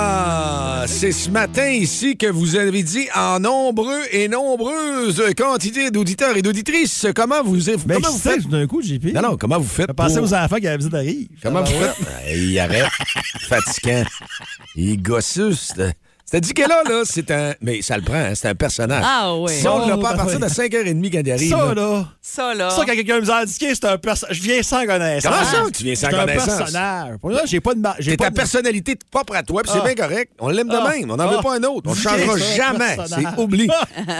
Speaker 4: Ah, c'est ce matin ici que vous avez dit en nombreux et nombreuses quantités d'auditeurs et d'auditrices. Comment vous,
Speaker 5: Mais
Speaker 4: comment vous
Speaker 5: qui sait,
Speaker 4: faites?
Speaker 5: tout d'un coup, JP?
Speaker 4: Non, non, comment vous faites?
Speaker 5: Ben, Je pensais
Speaker 4: pour-
Speaker 5: aux Ah, enfants qui avaient visite d'arrive.
Speaker 4: Comment vous faites? Il arrête. Fatigant. Il gossus. C'est-à-dire que là, là, c'est un. Mais ça le prend, hein, c'est un personnage.
Speaker 6: Ah oui.
Speaker 4: Si on l'a
Speaker 5: Oh,
Speaker 4: pas à
Speaker 5: bah
Speaker 4: partir
Speaker 5: oui.
Speaker 4: de 5h30 quand il arrive.
Speaker 5: Ça,
Speaker 4: là,
Speaker 5: là.
Speaker 6: Ça, là...
Speaker 5: Ça, quand quelqu'un me dit, Ah, Dicky, c'est un personnage. Je viens sans connaissance.
Speaker 4: Comment ça, tu viens sans
Speaker 5: C'est
Speaker 4: connaissance?
Speaker 5: un personnage. Pour moi, j'ai pas de. mar- j'ai
Speaker 4: C'est
Speaker 5: pas
Speaker 4: ta
Speaker 5: de-
Speaker 4: personnalité propre à toi, puis c'est
Speaker 5: Ah.
Speaker 4: bien correct. On l'aime de
Speaker 5: Ah.
Speaker 4: même. On n'en veut
Speaker 5: Ah.
Speaker 4: pas un autre. On ne
Speaker 5: Dis
Speaker 4: changera
Speaker 5: que c'est un
Speaker 4: jamais.
Speaker 5: personnage.
Speaker 4: C'est oubli.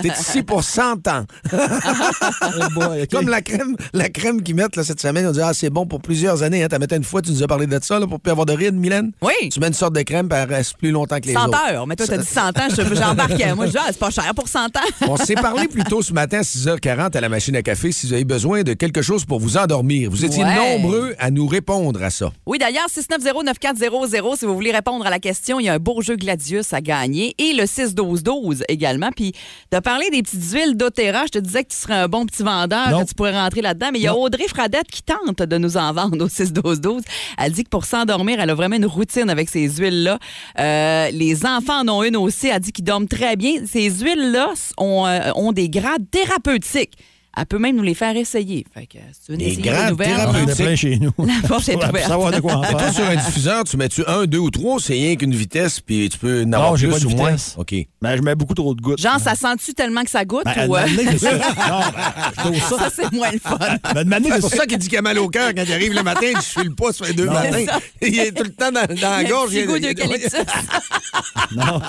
Speaker 4: T'es ici pour 100 ans.
Speaker 5: Eh boy, ok.
Speaker 4: Comme la crème, la crème qu'ils mettent là, cette semaine, on dit Ah, c'est bon pour plusieurs années. Hein. T'as mettais une fois, tu nous as parlé de ça là, pour plus avoir de rides, Mylène.
Speaker 6: Oui.
Speaker 4: Tu mets une sorte de crème, puis elle reste plus longtemps que les
Speaker 6: 100
Speaker 4: autres.
Speaker 6: heures. Mais toi, t'as dit 100 ans. je- J'embarque. Moi, je dis, ah, c'est pas cher pour 100 ans.
Speaker 4: On s'est parlé plus tôt ce matin à 6h40 à la machine à café si vous avez besoin de quelque chose pour vous endormir. Vous étiez
Speaker 6: Ouais.
Speaker 4: nombreux à nous répondre à ça.
Speaker 6: Oui, d'ailleurs, 690-9400, si vous voulez répondre à la question, il y a un beau jeu Gladius à gagner et le 6-12-12 également. Puis, t'as parlé des petites huiles doTERRA. Je te disais que tu serais un bon petit vendeur,
Speaker 5: Non.
Speaker 6: que tu pourrais rentrer là-dedans. Mais il y a
Speaker 5: Non.
Speaker 6: Audrey Fradette qui tente de nous en vendre au 6-12-12. Elle dit que pour s'endormir, elle a vraiment une routine avec ces huiles-là. Euh, les enfants en ont une aussi. Elle dit qu'ils dorment très bien. Ces huiles-là ont, euh, ont des grades thérapeutiques. Elle peut même nous les faire essayer. Fait que, si tu veux
Speaker 4: Des
Speaker 6: essayer les
Speaker 4: grades
Speaker 6: nouvelles,
Speaker 5: Ah, on est
Speaker 4: thérapeutiques.
Speaker 5: plein chez nous.
Speaker 6: La porte est
Speaker 5: Pour
Speaker 6: ouverte.
Speaker 5: savoir de quoi en
Speaker 4: Toi,
Speaker 5: faire.
Speaker 4: sur un diffuseur, tu mets-tu un, deux ou trois, c'est rien qu'une vitesse, puis tu peux en avoir
Speaker 5: j'ai
Speaker 4: plus
Speaker 5: pas de
Speaker 4: ou moins.
Speaker 5: vitesse.
Speaker 4: OK.
Speaker 5: Ben, je mets beaucoup trop de gouttes.
Speaker 6: Genre, ça sent-tu tellement que ça goûte
Speaker 5: Ben, à
Speaker 6: ou... euh, Ah,
Speaker 5: un moment donné, c'est ça. Non, ben, je trouve ça.
Speaker 6: Ça, c'est moins le fun.
Speaker 5: Ben, de manière
Speaker 4: C'est
Speaker 5: de-
Speaker 4: pour ça qu'il dit qu'il a mal au cœur quand il arrive le matin, il dit, je suis le pas, ça fait deux matins.
Speaker 6: ça.
Speaker 4: Il est tout le temps dans, dans la
Speaker 6: Le
Speaker 4: gorge.
Speaker 6: petit
Speaker 4: il-
Speaker 6: goût
Speaker 4: il-
Speaker 6: d'eucalyptus.
Speaker 5: Non.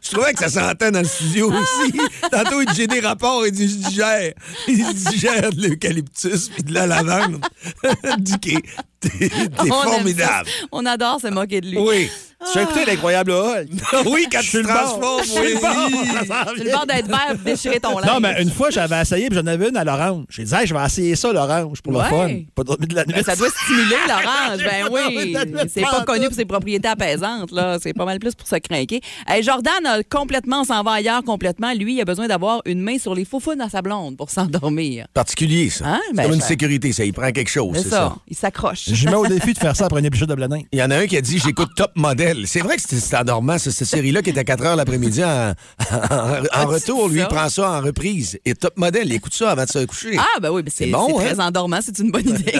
Speaker 4: Je trouvais que ça s'entend dans le studio aussi. Tantôt, il dit, j'ai des rapports, il dit, je digère. Il digère de l'eucalyptus puis de la lavande. Dicky, t'es t'es
Speaker 6: On aime
Speaker 4: formidable.
Speaker 6: ça. On adore se moquer de lui.
Speaker 4: Oui.
Speaker 5: J'ai écouté l'incroyable Hulk.
Speaker 4: Oui, quand tu
Speaker 5: suis
Speaker 4: te
Speaker 5: le bon.
Speaker 4: transformes, oui.
Speaker 6: C'est le bord d'être vert pour déchirer ton linge.
Speaker 5: Non, mais une fois, j'avais essayé, puis j'en avais une à l'orange. J'ai dit, Hey, je vais essayer ça, l'orange, pour
Speaker 6: Ouais.
Speaker 5: le fun. Pas dormi de la nuit.
Speaker 6: Ben, ça doit stimuler l'orange. Ben oui.
Speaker 5: J'ai pas
Speaker 6: C'est
Speaker 5: dormi de
Speaker 6: pas
Speaker 5: la nuit.
Speaker 6: connu pour ses propriétés apaisantes, là. C'est pas mal plus pour se craquer. Hey, Jordan, a complètement, s'en va ailleurs complètement. Lui, il a besoin d'avoir une main sur les foufounes à sa blonde pour s'endormir.
Speaker 4: Particulier, ça.
Speaker 6: Hein?
Speaker 4: C'est
Speaker 6: Ben,
Speaker 4: comme une
Speaker 6: ça-
Speaker 4: sécurité, ça. Il prend quelque chose,
Speaker 6: C'est ça. Il s'accroche.
Speaker 5: Je mets au défi de faire ça après une épisode de Blanin.
Speaker 4: Il y en a un qui a dit, j'écoute Top Model Noël. C'est vrai que c'est c'est endormant, ce- cette série-là qui est à 4 heures l'après-midi en, en-
Speaker 6: Ah,
Speaker 4: en retour. Lui, il prend ça en reprise. Et top modèle, il écoute ça avant de se coucher.
Speaker 6: Ah, ben oui, ben c'est
Speaker 4: C'est bon,
Speaker 6: c'est
Speaker 4: hein?
Speaker 6: très endormant, c'est une bonne idée.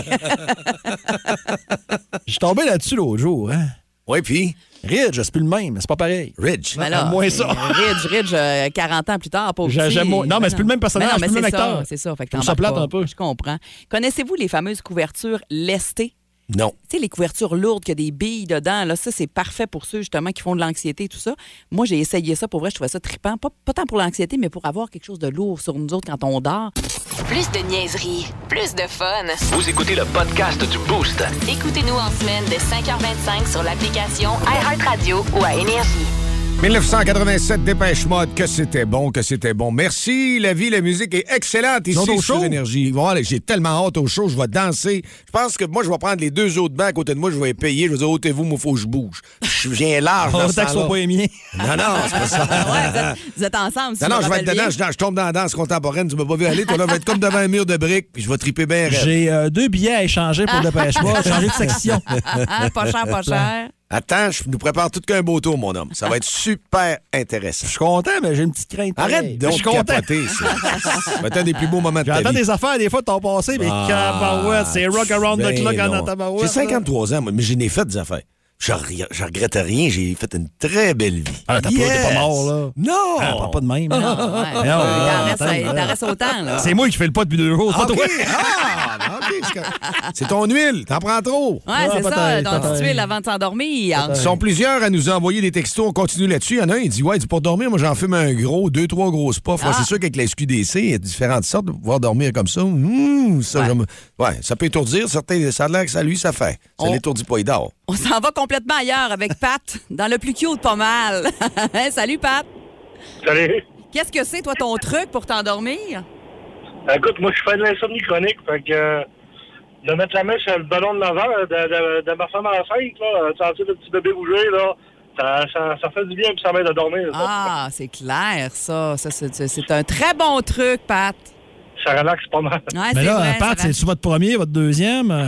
Speaker 5: Je suis tombé là-dessus l'autre jour. Hein?
Speaker 4: Oui, puis
Speaker 5: Ridge, c'est plus le même, c'est pas pareil.
Speaker 4: Ridge.
Speaker 6: Ben là,
Speaker 5: moins ça.
Speaker 6: Ridge, Ridge, euh, 40 ans plus tard, pauvre
Speaker 5: J'ai-
Speaker 6: petit.
Speaker 5: j'aime moins- non, mais c'est plus le même personnage,
Speaker 6: Ben non,
Speaker 5: c'est plus
Speaker 6: mais
Speaker 5: le même
Speaker 6: c'est ça,
Speaker 5: acteur.
Speaker 6: C'est ça, fait que
Speaker 5: Je trouve ça
Speaker 6: t'embarques
Speaker 5: plate un
Speaker 6: pas.
Speaker 5: peu.
Speaker 6: Je comprends. Connaissez-vous les fameuses couvertures lestées?
Speaker 4: Non.
Speaker 6: Tu sais, les couvertures lourdes, qu'il y a des billes dedans, là, ça, c'est parfait pour ceux, justement, qui font de l'anxiété et tout ça. Moi, j'ai essayé ça. Pour vrai, je trouvais ça trippant. Pas, pas tant pour l'anxiété, mais pour avoir quelque chose de lourd sur nous autres quand on dort.
Speaker 2: Plus de niaiserie, plus de fun.
Speaker 3: Vous écoutez le podcast du Boost.
Speaker 2: Écoutez-nous en semaine de 5h25 sur l'application iHeartRadio ou à Énergie.
Speaker 4: 1987, dépêche-moi que c'était bon, que c'était bon. Merci, la vie, la musique est excellente ici
Speaker 5: sont au
Speaker 4: sur
Speaker 5: show?
Speaker 4: Énergie. Ils vont aller- J'ai tellement hâte au show, je vais danser. Je pense que moi, je vais prendre les deux autres bancs à côté de moi, je vais les payer, je vais dire ôtez-vous, moi, faut que je bouge. Je viens large dans
Speaker 5: On
Speaker 4: ce
Speaker 5: que sont
Speaker 4: temps-là.
Speaker 5: pas les miens.
Speaker 4: Non, non, c'est pas
Speaker 6: Ah Ouais, vous,
Speaker 4: ça.
Speaker 6: êtes, vous êtes ensemble, si
Speaker 4: Non, non,
Speaker 6: me
Speaker 4: je vais être
Speaker 6: rappelle
Speaker 4: dedans,
Speaker 6: bien.
Speaker 4: je, je tombe dans la danse contemporaine, tu m'as pas vu aller, toi là, je vais être comme devant un mur de briques, puis je vais triper bien raide.
Speaker 5: J'ai euh, deux billets à échanger pour Dépêche-moi, changer de section.
Speaker 6: Ah, ah, pas cher, pas cher.
Speaker 4: Attends, je nous prépare tout qu'un beau tour, mon homme. Ça va être super intéressant.
Speaker 5: Je suis content, mais j'ai une petite crainte.
Speaker 4: Arrête
Speaker 5: Hey,
Speaker 4: donc
Speaker 5: Je suis
Speaker 4: de
Speaker 5: content.
Speaker 4: capoter, ça. Ça va être un des plus beaux moments de ta vie.
Speaker 5: J'entends des affaires des fois de ton passé, mais cabarouette, c'est rock around the
Speaker 4: Ben
Speaker 5: clock en
Speaker 4: non.
Speaker 5: tabarouette.
Speaker 4: J'ai
Speaker 5: là.
Speaker 4: 53 ans, moi, mais je n'ai fait des affaires. Je, re- je regrette rien, j'ai fait une très belle vie.
Speaker 5: Ah, t'as pas- t'es pas mort, là.
Speaker 4: Non!
Speaker 5: Ah, parle pas de même.
Speaker 6: Non,
Speaker 5: là.
Speaker 4: ah,
Speaker 5: Non,
Speaker 6: ouais. Il en reste-
Speaker 5: attends,
Speaker 6: il en reste autant, là.
Speaker 5: C'est moi qui fais le pas depuis deux jours, c'est pas
Speaker 4: OK.
Speaker 5: toi.
Speaker 4: Ah, ben, OK, c'est correct. C'est ton huile, t'en prends trop.
Speaker 6: Ouais, c'est
Speaker 5: Ah,
Speaker 6: ça.
Speaker 5: peut-être,
Speaker 6: Donc, tu
Speaker 5: peut-être.
Speaker 6: tuiles avant de s'endormir.
Speaker 4: Ils sont plusieurs à nous envoyer des textos. On continue là-dessus. Il y en a un, il dit Ouais, il dit pour dormir, moi j'en fume un gros, deux, trois grosses puffs. Ouais,
Speaker 6: Ah.
Speaker 4: c'est sûr qu'avec la SQDC, il y a différentes sortes de pouvoir dormir comme ça. Mmh, ça,
Speaker 6: Ouais.
Speaker 4: j'aime- ouais, ça peut étourdir. Certains, ça a l'air que ça lui, ça fait. Ça
Speaker 6: On-
Speaker 4: l'étourdit pas, il dort.
Speaker 6: On s'en va complètement ailleurs avec Pat, dans le plus cute pas mal. Hein, Salut, Pat.
Speaker 9: Salut.
Speaker 6: Qu'est-ce que c'est, toi, ton truc pour t'endormir?
Speaker 9: euh, Écoute, moi, je fais de l'insomnie chronique. Fait que euh, de mettre la main sur le ballon de l'avant euh, de, de, de ma femme enceinte, là, euh, sentir le petit bébé bouger, là, ça, ça, ça fait du bien puis ça m'aide à dormir. ça.
Speaker 6: Ah, c'est clair, ça. ça c'est- c'est c'est un très bon truc, Pat.
Speaker 9: Ça relaxe pas mal.
Speaker 6: Ouais,
Speaker 5: Mais
Speaker 6: c'est
Speaker 5: là,
Speaker 6: vrai,
Speaker 5: Pat,
Speaker 6: ça va.
Speaker 5: c'est-tu votre premier, votre deuxième? euh?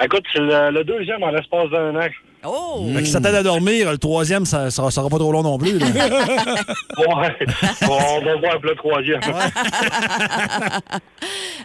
Speaker 9: Écoute, c'est le, le deuxième en l'espace d'un an.
Speaker 6: Oh!
Speaker 5: Fait que si ça t'aide à dormir, le troisième, ça, ça, ça sera pas trop long non plus. là.
Speaker 9: Ouais. on va voir le troisième.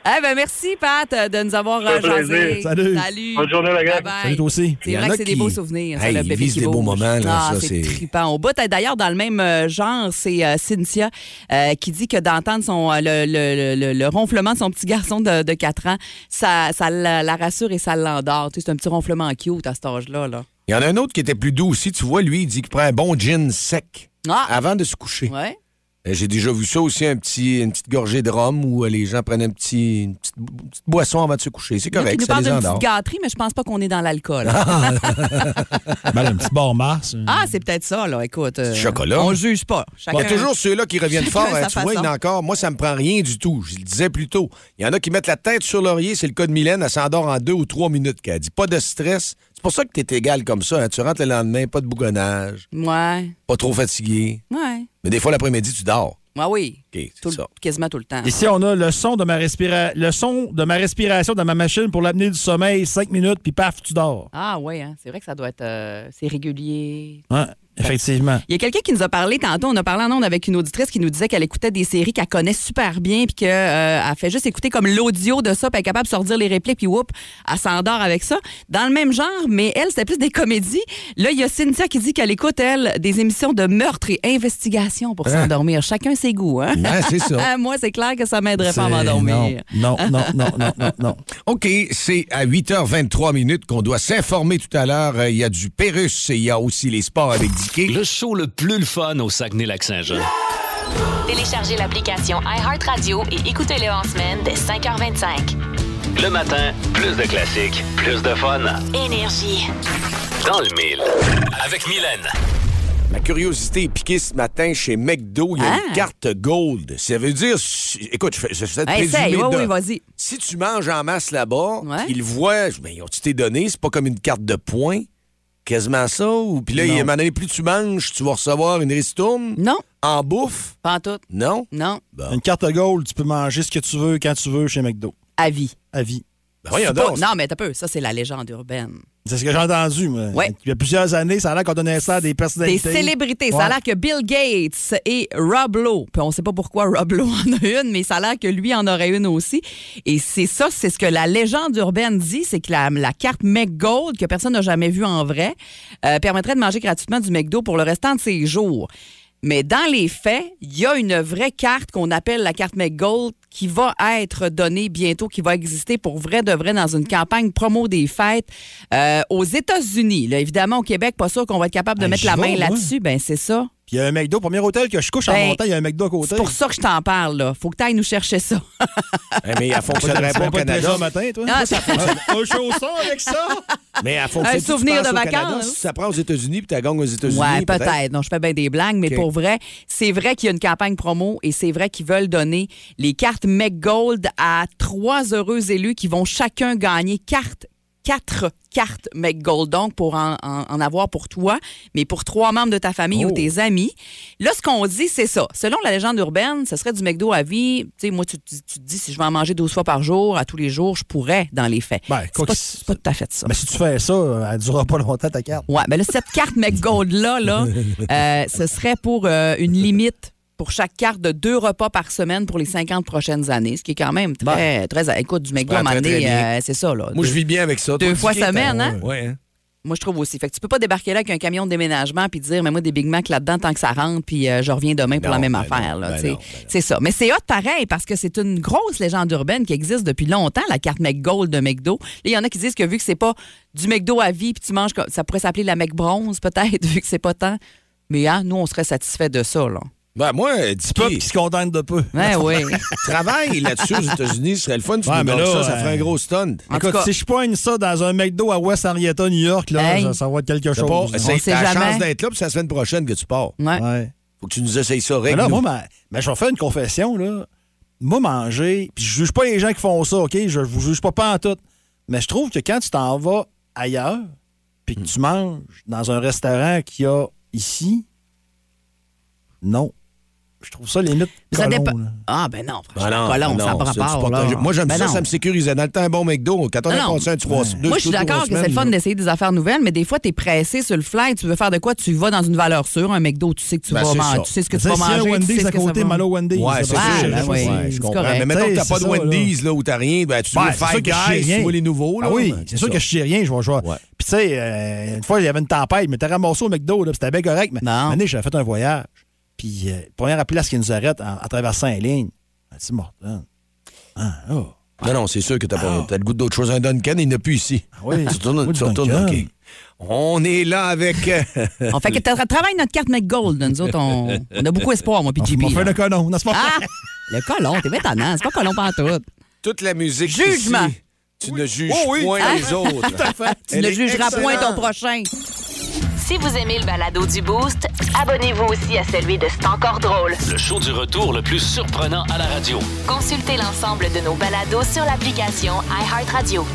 Speaker 6: Eh ben merci, Pat, euh, de nous avoir
Speaker 9: Ça fait
Speaker 6: euh, jasé.
Speaker 9: plaisir.
Speaker 5: Salut.
Speaker 6: Salut.
Speaker 9: Bonne journée, la gang.
Speaker 6: Bye-bye.
Speaker 5: Salut toi aussi.
Speaker 4: Il
Speaker 6: C'est
Speaker 4: y
Speaker 6: vrai
Speaker 4: en
Speaker 6: que
Speaker 4: a
Speaker 6: c'est des
Speaker 4: qui-
Speaker 6: beaux souvenirs. ça,
Speaker 4: Hey,
Speaker 6: le
Speaker 4: ils
Speaker 6: bébé
Speaker 4: vivent
Speaker 6: qui
Speaker 4: des beaux
Speaker 6: bouge.
Speaker 4: moments, là,
Speaker 6: Ah,
Speaker 4: ça,
Speaker 6: c'est
Speaker 4: c'est-
Speaker 6: trippant. Au bout, euh, d'ailleurs, dans le même euh, genre, c'est euh, Cynthia euh, qui dit que d'entendre son euh, le, le- le- le- le ronflement de son petit garçon de, de 4 ans, ça, ça la, la rassure et ça l'endort. Tu sais, c'est un petit ronflement cute à cet âge-là. Là.
Speaker 4: Il y en a un autre qui était plus doux aussi. Tu vois, lui, il dit qu'il prend un bon gin sec
Speaker 6: Ah.
Speaker 4: avant de se coucher.
Speaker 6: Ouais.
Speaker 4: Euh, J'ai déjà vu ça aussi, un petit, une petite gorgée de rhum où euh, les gens prennent un petit, une, petite, une petite boisson avant de se coucher. C'est
Speaker 6: Il y en a qui
Speaker 4: correct,
Speaker 6: nous
Speaker 4: ça
Speaker 6: parle
Speaker 4: les
Speaker 6: d'une petite
Speaker 4: endort. Ah.
Speaker 6: gâterie, mais je pense pas qu'on est dans l'alcool.
Speaker 5: Ben, là, un petit bar Mars. euh.
Speaker 6: Ah, c'est peut-être ça, là. Écoute. euh,
Speaker 4: Du chocolat.
Speaker 6: On juge pas.
Speaker 4: Il y a
Speaker 6: Chacun-
Speaker 4: toujours ceux-là qui reviennent
Speaker 6: Chacun
Speaker 4: fort. hein, tu
Speaker 6: sa
Speaker 4: vois, il y en a
Speaker 6: façon.
Speaker 4: encore. Moi, ça me prend rien du tout. Je le disais plus tôt. Il y en a qui mettent la tête sur l'oreiller. C'est le cas de Mylène. Elle s'endort en deux ou trois minutes. qu'elle dit pas de stress. C'est pour ça que tu es égal comme ça. hein. Tu rentres le lendemain, pas de bougonnage,
Speaker 6: Ouais.
Speaker 4: pas trop fatigué.
Speaker 6: Ouais.
Speaker 4: Mais des fois, l'après-midi, tu dors.
Speaker 6: Ouais, oui.
Speaker 4: OK, c'est
Speaker 6: Tout le-
Speaker 4: ça.
Speaker 6: Quasiment tout le temps.
Speaker 5: Ici, on a le son de ma respira- le son de ma respiration dans ma machine pour l'apnée du sommeil, cinq minutes, puis paf, tu dors.
Speaker 6: Ah, ouais, hein. c'est vrai que ça doit être. euh, c'est régulier.
Speaker 5: Ouais, effectivement.
Speaker 6: Il y a quelqu'un qui nous a parlé tantôt. On a parlé en ondes avec une auditrice qui nous disait qu'elle écoutait des séries qu'elle connaît super bien, puis qu'elle fait juste écouter comme l'audio de ça, puis elle est capable de sortir les répliques, puis whoop, elle s'endort avec ça. Dans le même genre, mais elle, c'était plus des comédies. Là, il y a Cynthia qui dit qu'elle écoute, elle, des émissions de meurtre et investigation pour s'endormir. Chacun ses goûts, hein?
Speaker 4: Ouais, c'est Hein? ça.
Speaker 6: Ah, Moi, c'est clair que ça m'aiderait pas à
Speaker 5: C'est-
Speaker 6: m'endormir.
Speaker 5: Non, non, non, non, non, non, non.
Speaker 4: OK, c'est à 8h23 minutes qu'on doit s'informer tout à l'heure. Euh, Il y a du Pérus et il y a aussi les sports avec Dicky.
Speaker 3: Le show le plus le fun au Saguenay-Lac-Saint-Jean.
Speaker 2: Téléchargez l'application iHeartRadio et écoutez-le en semaine dès 5h25.
Speaker 3: Le matin, plus de classiques, plus de fun.
Speaker 2: Énergie.
Speaker 3: Dans le mille. Avec Mylène.
Speaker 4: Ma curiosité est piquée ce matin chez McDo. Il y a
Speaker 6: Ah.
Speaker 4: une carte gold. Ça veut dire. si- Écoute, je fais, je fais
Speaker 6: Hey, essaye.
Speaker 4: présumer
Speaker 6: Oui,
Speaker 4: de-
Speaker 6: oui, vas-y.
Speaker 4: Si tu manges en masse là-bas,
Speaker 6: Ouais.
Speaker 4: ils le voient. je- Ben, tu t'es donné, c'est pas comme une carte de points. Quasiment ça. Ou puis là, il y a un moment donné, plus tu manges, tu vas recevoir une ristourne.
Speaker 6: Non,
Speaker 4: En bouffe,
Speaker 6: pas en tout.
Speaker 4: non.
Speaker 6: Non,
Speaker 5: Une carte gold, tu peux manger ce que tu veux, quand tu veux, chez McDo.
Speaker 6: à vie.
Speaker 5: À vie.
Speaker 4: Ben, voyons
Speaker 6: C'est pas-
Speaker 4: donc.
Speaker 6: Non, mais t'as peu. Ça, c'est la légende urbaine.
Speaker 5: C'est ce que j'ai entendu, moi.
Speaker 6: Ouais.
Speaker 5: Il y a plusieurs années, ça a l'air qu'on donnait ça à des
Speaker 6: Des
Speaker 5: personnalités.
Speaker 6: célébrités. Ça a
Speaker 5: Ouais.
Speaker 6: l'air que Bill Gates et Rob Lowe, puis on sait pas pourquoi Rob Lowe en a une, mais ça a l'air que lui en aurait une aussi. Et c'est ça, c'est ce que la légende urbaine dit, c'est que la, la carte McGold, que personne n'a jamais vue en vrai, euh, permettrait de manger gratuitement du McDo pour le restant de ses jours. Mais dans les faits, il y a une vraie carte qu'on appelle la carte McGold qui va être donnée bientôt, qui va exister pour vrai de vrai dans une campagne promo des fêtes euh, aux États-Unis. Là, évidemment, au Québec, pas sûr qu'on va être capable de
Speaker 5: Hey,
Speaker 6: mettre
Speaker 5: j'y
Speaker 6: la
Speaker 5: vais,
Speaker 6: main
Speaker 5: moi.
Speaker 6: là-dessus. Ben c'est ça.
Speaker 5: Puis il y a un McDo, premier hôtel que je couche en
Speaker 6: Ben,
Speaker 5: montant, il y a un McDo à côté.
Speaker 6: C'est pour ça que je t'en parle. Là. Faut que tu ailles nous chercher ça.
Speaker 4: Eh, mais elle fonctionnerait pas
Speaker 5: Tu fais
Speaker 4: au
Speaker 5: de
Speaker 4: Canada.
Speaker 5: trésor matin, toi?
Speaker 6: Ah,
Speaker 5: Un chausson avec ça?
Speaker 4: Mais elle fonctionne
Speaker 6: Un
Speaker 4: tu
Speaker 6: souvenir
Speaker 4: penses
Speaker 6: de
Speaker 4: au Canada,
Speaker 6: vacances.
Speaker 4: Si ça prend aux États-Unis, puis tu gagnes aux États-Unis.
Speaker 6: Ouais, peut-être. Non, je fais bien des blagues, mais
Speaker 4: OK.
Speaker 6: pour vrai, c'est vrai qu'il y a une campagne promo et c'est vrai qu'ils veulent donner les cartes McGold à trois heureux élus qui vont chacun gagner carte quatre cartes McGold, donc pour en, en- en avoir pour toi, mais pour trois membres de ta famille ou tes amis. Là, ce qu'on dit, c'est ça. Selon la légende urbaine, ce serait du McDo à vie. Tu sais, moi, tu, te dis- tu te dis, si je vais en manger 12 fois par jour, à tous les jours, je pourrais, dans les faits.
Speaker 5: Ben,
Speaker 6: c'est
Speaker 5: quoi
Speaker 6: pas,
Speaker 5: que-
Speaker 6: c'est pas tout à fait ça.
Speaker 5: Mais si tu fais ça, elle durera pas longtemps, ta carte.
Speaker 6: Ouais, mais là, cette carte McGold-là, là, euh, ce serait pour euh, une limite pour chaque carte de deux repas par semaine pour les 50 prochaines années, ce qui est quand même très... très écoute, du McDo, à un
Speaker 4: prend
Speaker 6: moment
Speaker 4: très,
Speaker 6: donné,
Speaker 4: très bien.
Speaker 6: euh, c'est ça. Là,
Speaker 4: Moi,
Speaker 6: Deux-
Speaker 4: je vis bien avec ça.
Speaker 6: Deux
Speaker 4: Toi,
Speaker 6: fois
Speaker 4: Dicky, t'as-
Speaker 6: semaine, hein?
Speaker 4: Ouais, hein?
Speaker 6: Moi, je trouve aussi. Fait que tu peux pas débarquer là avec un camion de déménagement puis dire, mais moi, des Big Mac là-dedans tant que ça rentre, puis euh, je reviens demain pour
Speaker 4: Non,
Speaker 6: la même
Speaker 4: ben
Speaker 6: affaire.
Speaker 4: non,
Speaker 6: là,
Speaker 4: ben
Speaker 6: tu sais.
Speaker 4: non, ben non.
Speaker 6: c'est ça. Mais c'est hot pareil parce que c'est une grosse légende urbaine qui existe depuis longtemps, la carte McGold de McDo. Là, Il y en a qui disent que vu que c'est pas du McDo à vie, puis tu manges, comme- ça pourrait s'appeler la McBronze peut-être, vu que c'est pas tant. Mais hein, nous, on serait satisfait de ça. Là.
Speaker 4: Ben, moi,
Speaker 5: Pas
Speaker 4: Dicky,
Speaker 5: qui se contente de peu.
Speaker 6: Ben oui.
Speaker 4: travaille là-dessus aux États-Unis, ce serait le fun. Tu
Speaker 5: Ouais,
Speaker 4: nous
Speaker 5: mais
Speaker 4: donnes ça,
Speaker 5: là,
Speaker 4: ça
Speaker 5: euh,
Speaker 4: ferait un gros stunt.
Speaker 6: En tout
Speaker 5: Écoute,
Speaker 6: cas-
Speaker 5: si je poigne ça dans un McDo à West Henrietta, New York, là,
Speaker 6: Hey.
Speaker 5: ça, ça va être quelque
Speaker 4: T'as pas-
Speaker 5: chose. là.
Speaker 4: c'est-
Speaker 6: sait
Speaker 4: t'as la
Speaker 6: jamais.
Speaker 4: chance d'être là, puis c'est la semaine prochaine que tu pars.
Speaker 6: Ouais.
Speaker 5: Ouais.
Speaker 4: Faut que tu nous essayes ça,
Speaker 5: Mais
Speaker 4: règle.
Speaker 5: là, moi, ma- mais je vais faire une confession, là. Moi, manger, puis je juge pas les gens qui font ça, OK? Je vous juge pas pas en tout. Mais je trouve que quand tu t'en vas ailleurs, puis que tu
Speaker 4: Hmm.
Speaker 5: manges dans un restaurant qu'il y a ici, non. Je trouve ça limite
Speaker 6: Ça
Speaker 5: colon,
Speaker 6: dépend-
Speaker 5: là.
Speaker 6: Ah, ben non, franchement, colon, ça prend rapport. là.
Speaker 4: Moi, j'aime
Speaker 6: Ben
Speaker 4: ça,
Speaker 6: non.
Speaker 4: ça me sécurisait. Dans le temps, un bon McDo, quand on
Speaker 6: Non,
Speaker 4: a
Speaker 6: non.
Speaker 4: passé un trois, deux
Speaker 6: Moi, je suis
Speaker 4: trois
Speaker 6: d'accord que
Speaker 4: semaines,
Speaker 6: c'est le fun
Speaker 4: là.
Speaker 6: d'essayer des affaires nouvelles, mais des fois, tu es pressé sur le fly, tu veux faire de quoi, tu vas dans une valeur sûre, un McDo, tu sais que tu
Speaker 4: Ben,
Speaker 6: vas
Speaker 4: c'est
Speaker 6: manger,
Speaker 4: ça.
Speaker 6: tu sais ce que
Speaker 5: Tu
Speaker 6: tu
Speaker 5: sais,
Speaker 6: vas
Speaker 5: s'il y a un
Speaker 6: manger, tu
Speaker 5: Wendy's
Speaker 6: sais
Speaker 5: à
Speaker 6: ce que ça
Speaker 5: côté,
Speaker 6: va-
Speaker 5: mal au Wendy's.
Speaker 4: Ouais, c'est
Speaker 5: ça,
Speaker 6: Ah,
Speaker 4: sûr.
Speaker 6: ben
Speaker 4: je-
Speaker 6: oui,
Speaker 4: ouais, je
Speaker 6: c'est
Speaker 4: comprends.
Speaker 6: correct.
Speaker 4: Mais mettons que t'as pas de
Speaker 5: C'est ça, là.
Speaker 4: Wendy's, là, où t'as rien, ben, tu
Speaker 5: Ouais,
Speaker 4: dois
Speaker 5: c'est sûr
Speaker 4: faire
Speaker 5: que je sais
Speaker 4: guys,
Speaker 5: rien.
Speaker 4: tu vois les nouveaux, là.
Speaker 5: Ah oui,
Speaker 4: ben,
Speaker 5: c'est sûr que je sais rien, je vois. je vois.
Speaker 4: Ouais.
Speaker 5: Puis tu sais, euh, une fois, il y avait une tempête, je m'étais ramassé au McDo, là, puis c'était bien correct. Mais
Speaker 6: Non.
Speaker 5: un moment donné, j'avais fait un voyage. Puis, euh, première place qui nous arrête en- à traversant la ligne, elle dit Morton. Ah, oh.
Speaker 4: Non, non, c'est sûr que t'as pas. T'as le goût d'autre chose. Un Duncan, il n'y en a plus ici.
Speaker 5: oui.
Speaker 4: Tu retournes,
Speaker 5: Oui,
Speaker 4: tu
Speaker 5: du
Speaker 4: retournes,
Speaker 5: Duncan.
Speaker 4: OK. On est là avec. euh,
Speaker 6: On fait que tra- travaille notre carte McGold. là. Nous autres, on, on a beaucoup espoir, moi, puis
Speaker 5: On
Speaker 6: JP.
Speaker 5: m'a fait
Speaker 6: là.
Speaker 5: le canon. Non, c'est pas
Speaker 6: Ah! Le colon, t'es maintenant, c'est pas colon pantoute.
Speaker 4: toute la musique.
Speaker 6: Jugement. Ah.
Speaker 4: ici, tu ne juges point les autres.
Speaker 6: Tu
Speaker 4: Elle
Speaker 6: ne
Speaker 4: est
Speaker 6: jugeras point ton
Speaker 4: excellente.
Speaker 6: prochain.
Speaker 2: Si vous aimez le balado du Boost, abonnez-vous aussi à celui de C'est encore drôle.
Speaker 3: Le show du retour le plus surprenant à la radio.
Speaker 2: Consultez l'ensemble de nos balados sur l'application iHeartRadio.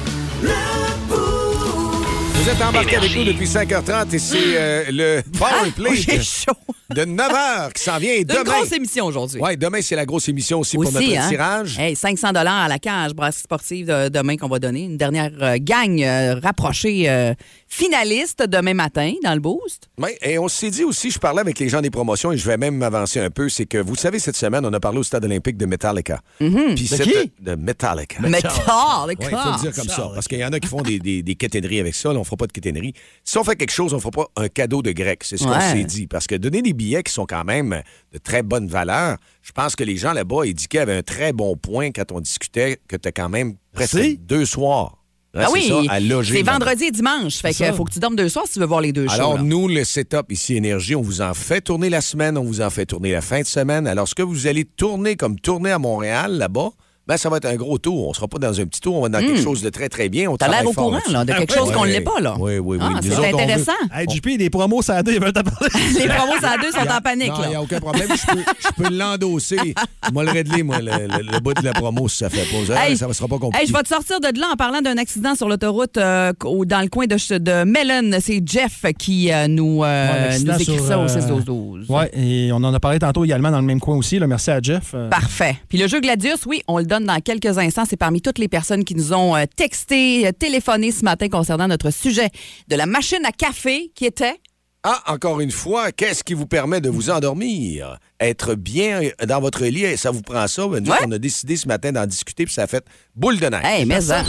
Speaker 4: Vous êtes embarqués avec
Speaker 3: Énergie.
Speaker 4: nous depuis 5h30 et c'est euh, le Power
Speaker 6: Oh,
Speaker 4: Play
Speaker 6: J'ai chaud.
Speaker 4: de 9h qui s'en vient et
Speaker 6: C'est une
Speaker 4: demain.
Speaker 6: grosse émission aujourd'hui.
Speaker 4: Oui, demain, c'est la grosse émission aussi, pour
Speaker 6: Aussi,
Speaker 4: notre
Speaker 6: hein?
Speaker 4: tirage.
Speaker 6: Hey, 500 dollars à la cage brasserie sportive de- demain qu'on va donner. Une dernière euh, gagne euh, rapprochée euh, finaliste demain matin dans le boost.
Speaker 4: Ouais, et on s'est dit aussi, je parlais avec les gens des promotions et je vais même m'avancer un peu, c'est que vous savez, cette semaine, on a parlé au Stade olympique de Metallica. Puis cette-
Speaker 5: qui?
Speaker 4: De Metallica.
Speaker 6: Mm-hmm. Mais tard, le
Speaker 4: Ouais, il faut le dire comme ça, parce qu'il y en a qui font des, des, des quétaineries avec ça. Là, on fera pas de quétainerie. Si on fait quelque chose, on fera pas un cadeau de grec. C'est ce qu'on
Speaker 6: Ouais.
Speaker 4: s'est dit. Parce que donner des billets qui sont quand même de très bonne valeur, je pense que les gens là-bas indiquaient avaient un très bon point quand on discutait que tu as quand même presque
Speaker 5: Merci.
Speaker 4: deux soirs. Hein,
Speaker 6: Ah
Speaker 4: c'est
Speaker 6: oui,
Speaker 4: ça, à loger
Speaker 6: c'est
Speaker 4: là-bas.
Speaker 6: vendredi et dimanche. Fait que
Speaker 5: ça.
Speaker 6: faut que tu dormes deux soirs si tu veux voir les deux shows.
Speaker 4: Alors,
Speaker 6: là.
Speaker 4: nous, le setup ici Énergie, on vous en fait tourner la semaine, on vous en fait tourner la fin de semaine. Alors, ce que vous allez tourner comme tourner à Montréal, là-bas, ben, ça va être un gros tour. On sera pas dans un petit tour, on va être dans quelque chose de très, très bien. On
Speaker 6: T'as Hmm. l'air
Speaker 4: travaille
Speaker 6: au
Speaker 4: fort
Speaker 6: courant
Speaker 4: là-dessus.
Speaker 6: là, de quelque
Speaker 4: oui.
Speaker 6: chose qu'on ne
Speaker 4: Oui.
Speaker 6: l'est pas. Là.
Speaker 4: Oui, oui, oui.
Speaker 6: Ah,
Speaker 4: Nous autres,
Speaker 6: c'est
Speaker 4: on veut-
Speaker 6: intéressant.
Speaker 5: Hey, JP, des promos, ça a deux, il veut t'en parler.
Speaker 6: Les promos à deux sont en panique.
Speaker 4: Non, il n'y
Speaker 6: là.
Speaker 4: a aucun problème. Je peux, je peux l'endosser. Moi, le régler, moi, le, le- le bout de la promo, si ça fait pas. Ça,
Speaker 6: Hey,
Speaker 4: ça ne sera pas compliqué.
Speaker 6: hey, je vais te sortir de là en parlant d'un accident sur l'autoroute euh, au- dans le coin de, ch- de Mellon. C'est Jeff qui euh, nous, euh,
Speaker 5: Ouais, l'accident
Speaker 6: nous écrit ça
Speaker 5: sur,
Speaker 6: au
Speaker 5: euh,
Speaker 6: 6 12 12
Speaker 5: Ouais, et on en a parlé tantôt également dans le même coin aussi. là. Merci à Jeff. Euh,
Speaker 6: Parfait. Puis le jeu Gladius, oui, on le donne donne dans quelques instants. C'est parmi toutes les personnes qui nous ont euh, texté, euh, téléphoné ce matin concernant notre sujet de la machine à café qui était.
Speaker 4: Ah, encore une fois, qu'est-ce qui vous permet de vous endormir? Être bien dans votre lit, et ça vous prend ça. Ben, nous,
Speaker 6: Ouais.
Speaker 4: on a décidé ce matin d'en discuter, puis ça a fait boule de neige.
Speaker 6: Hey, mais ça.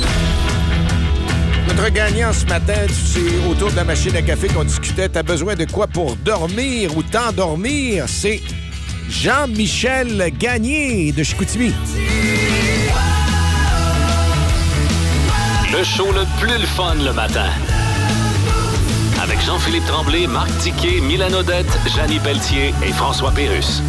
Speaker 4: Notre gagnant ce matin, c'est autour de la machine à café qu'on discutait. T'as besoin de quoi pour dormir ou t'endormir? C'est Jean-Michel Gagné de Chicoutimi.
Speaker 3: Le show le plus le fun le matin. Avec Jean-Philippe Tremblay, Marc Tiquet, Milan Odette, Janine Pelletier et François Pérus.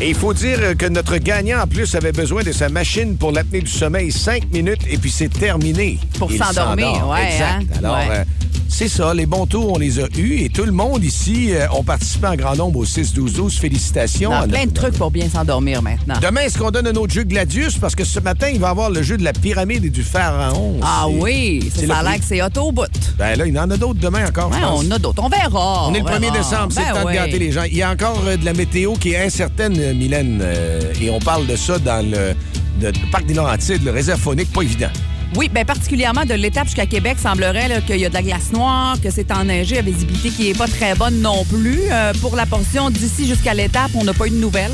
Speaker 4: Et il faut dire que notre gagnant, en plus, avait besoin de sa machine pour l'apnée du sommeil 5 minutes et puis c'est terminé.
Speaker 6: Pour
Speaker 4: Il
Speaker 6: s'endormir,
Speaker 4: s'endort.
Speaker 6: ouais,
Speaker 4: Exact.
Speaker 6: hein?
Speaker 4: Alors,
Speaker 6: Ouais.
Speaker 4: euh, c'est ça, les bons tours, on les a eus et tout le monde ici euh, ont participé en grand nombre au 6-12-12. Félicitations.
Speaker 6: On
Speaker 4: à
Speaker 6: a plein de
Speaker 4: notre-
Speaker 6: trucs pour bien s'endormir maintenant.
Speaker 4: Demain, est-ce qu'on donne un autre jeu Gladius? Parce que ce matin, il va y avoir le jeu de la pyramide et du pharaon.
Speaker 6: Ah
Speaker 4: C'est-
Speaker 6: oui, ça,
Speaker 4: c'est
Speaker 6: ça a
Speaker 4: le-
Speaker 6: l'air que c'est auto au bout.
Speaker 4: Ben là, il y en a d'autres demain encore. je
Speaker 6: Ouais,
Speaker 4: pense.
Speaker 6: on a d'autres. On verra.
Speaker 4: On est le 1er
Speaker 6: verra.
Speaker 4: décembre, c'est
Speaker 6: Ben
Speaker 4: le temps
Speaker 6: ouais.
Speaker 4: de gâter les gens. Il y a encore euh, de la météo qui est incertaine, euh, Mylène, euh, et on parle de ça dans le, de- le parc des Laurentides, le réserve phonique, pas évident.
Speaker 6: Oui, bien particulièrement de l'étape jusqu'à Québec, semblerait là, qu'il y a de la glace noire, que c'est enneigé, la visibilité qui est pas très bonne non plus. Euh, pour la portion d'ici jusqu'à l'étape, on n'a pas eu de nouvelles.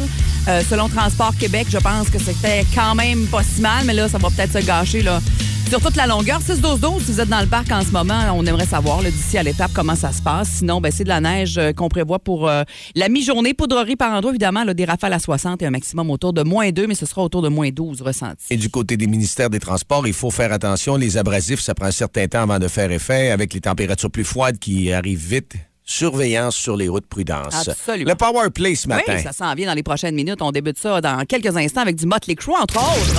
Speaker 6: Euh, selon Transport Québec, je pense que c'était quand même pas si mal, mais là, ça va peut-être se gâcher là, sur toute la longueur. 6-12-12, si vous êtes dans le parc en ce moment, on aimerait savoir là, d'ici à l'étape comment ça se passe. Sinon, ben, c'est de la neige euh, qu'on prévoit pour euh, la mi-journée. Poudrerie par endroit, évidemment, là, des rafales à 60 et un maximum autour de moins 2, mais ce sera autour de moins 12 ressentis.
Speaker 4: Et du côté des ministères des Transports, il faut faire attention. Les abrasifs, ça prend un certain temps avant de faire effet, avec les températures plus froides qui arrivent vite. Surveillance sur les routes, prudence.
Speaker 6: Absolument.
Speaker 4: Le Power Play ce matin.
Speaker 6: Oui, ça s'en vient dans les prochaines minutes. On débute ça dans quelques instants avec du Motley Crue, entre autres.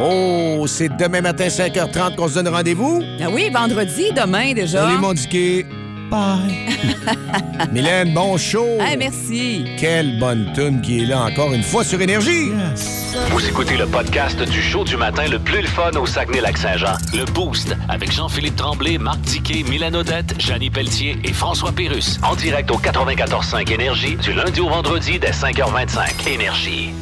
Speaker 4: Oh, c'est demain matin 5h30 qu'on se donne rendez-vous.
Speaker 6: Ah oui, vendredi, demain déjà.
Speaker 4: Salut mon diquet. Bye. Mylène, bon show.
Speaker 6: Hey, merci.
Speaker 4: Quelle bonne tune qui est là encore une fois sur Énergie.
Speaker 3: Vous écoutez le podcast du show du matin le plus le fun au Saguenay-Lac-Saint-Jean. Le Boost avec Jean-Philippe Tremblay, Marc Tiquet, Milan Odette, Janine Pelletier et François Pérus. En direct au 94.5 Énergie du lundi au vendredi dès 5h25. Énergie.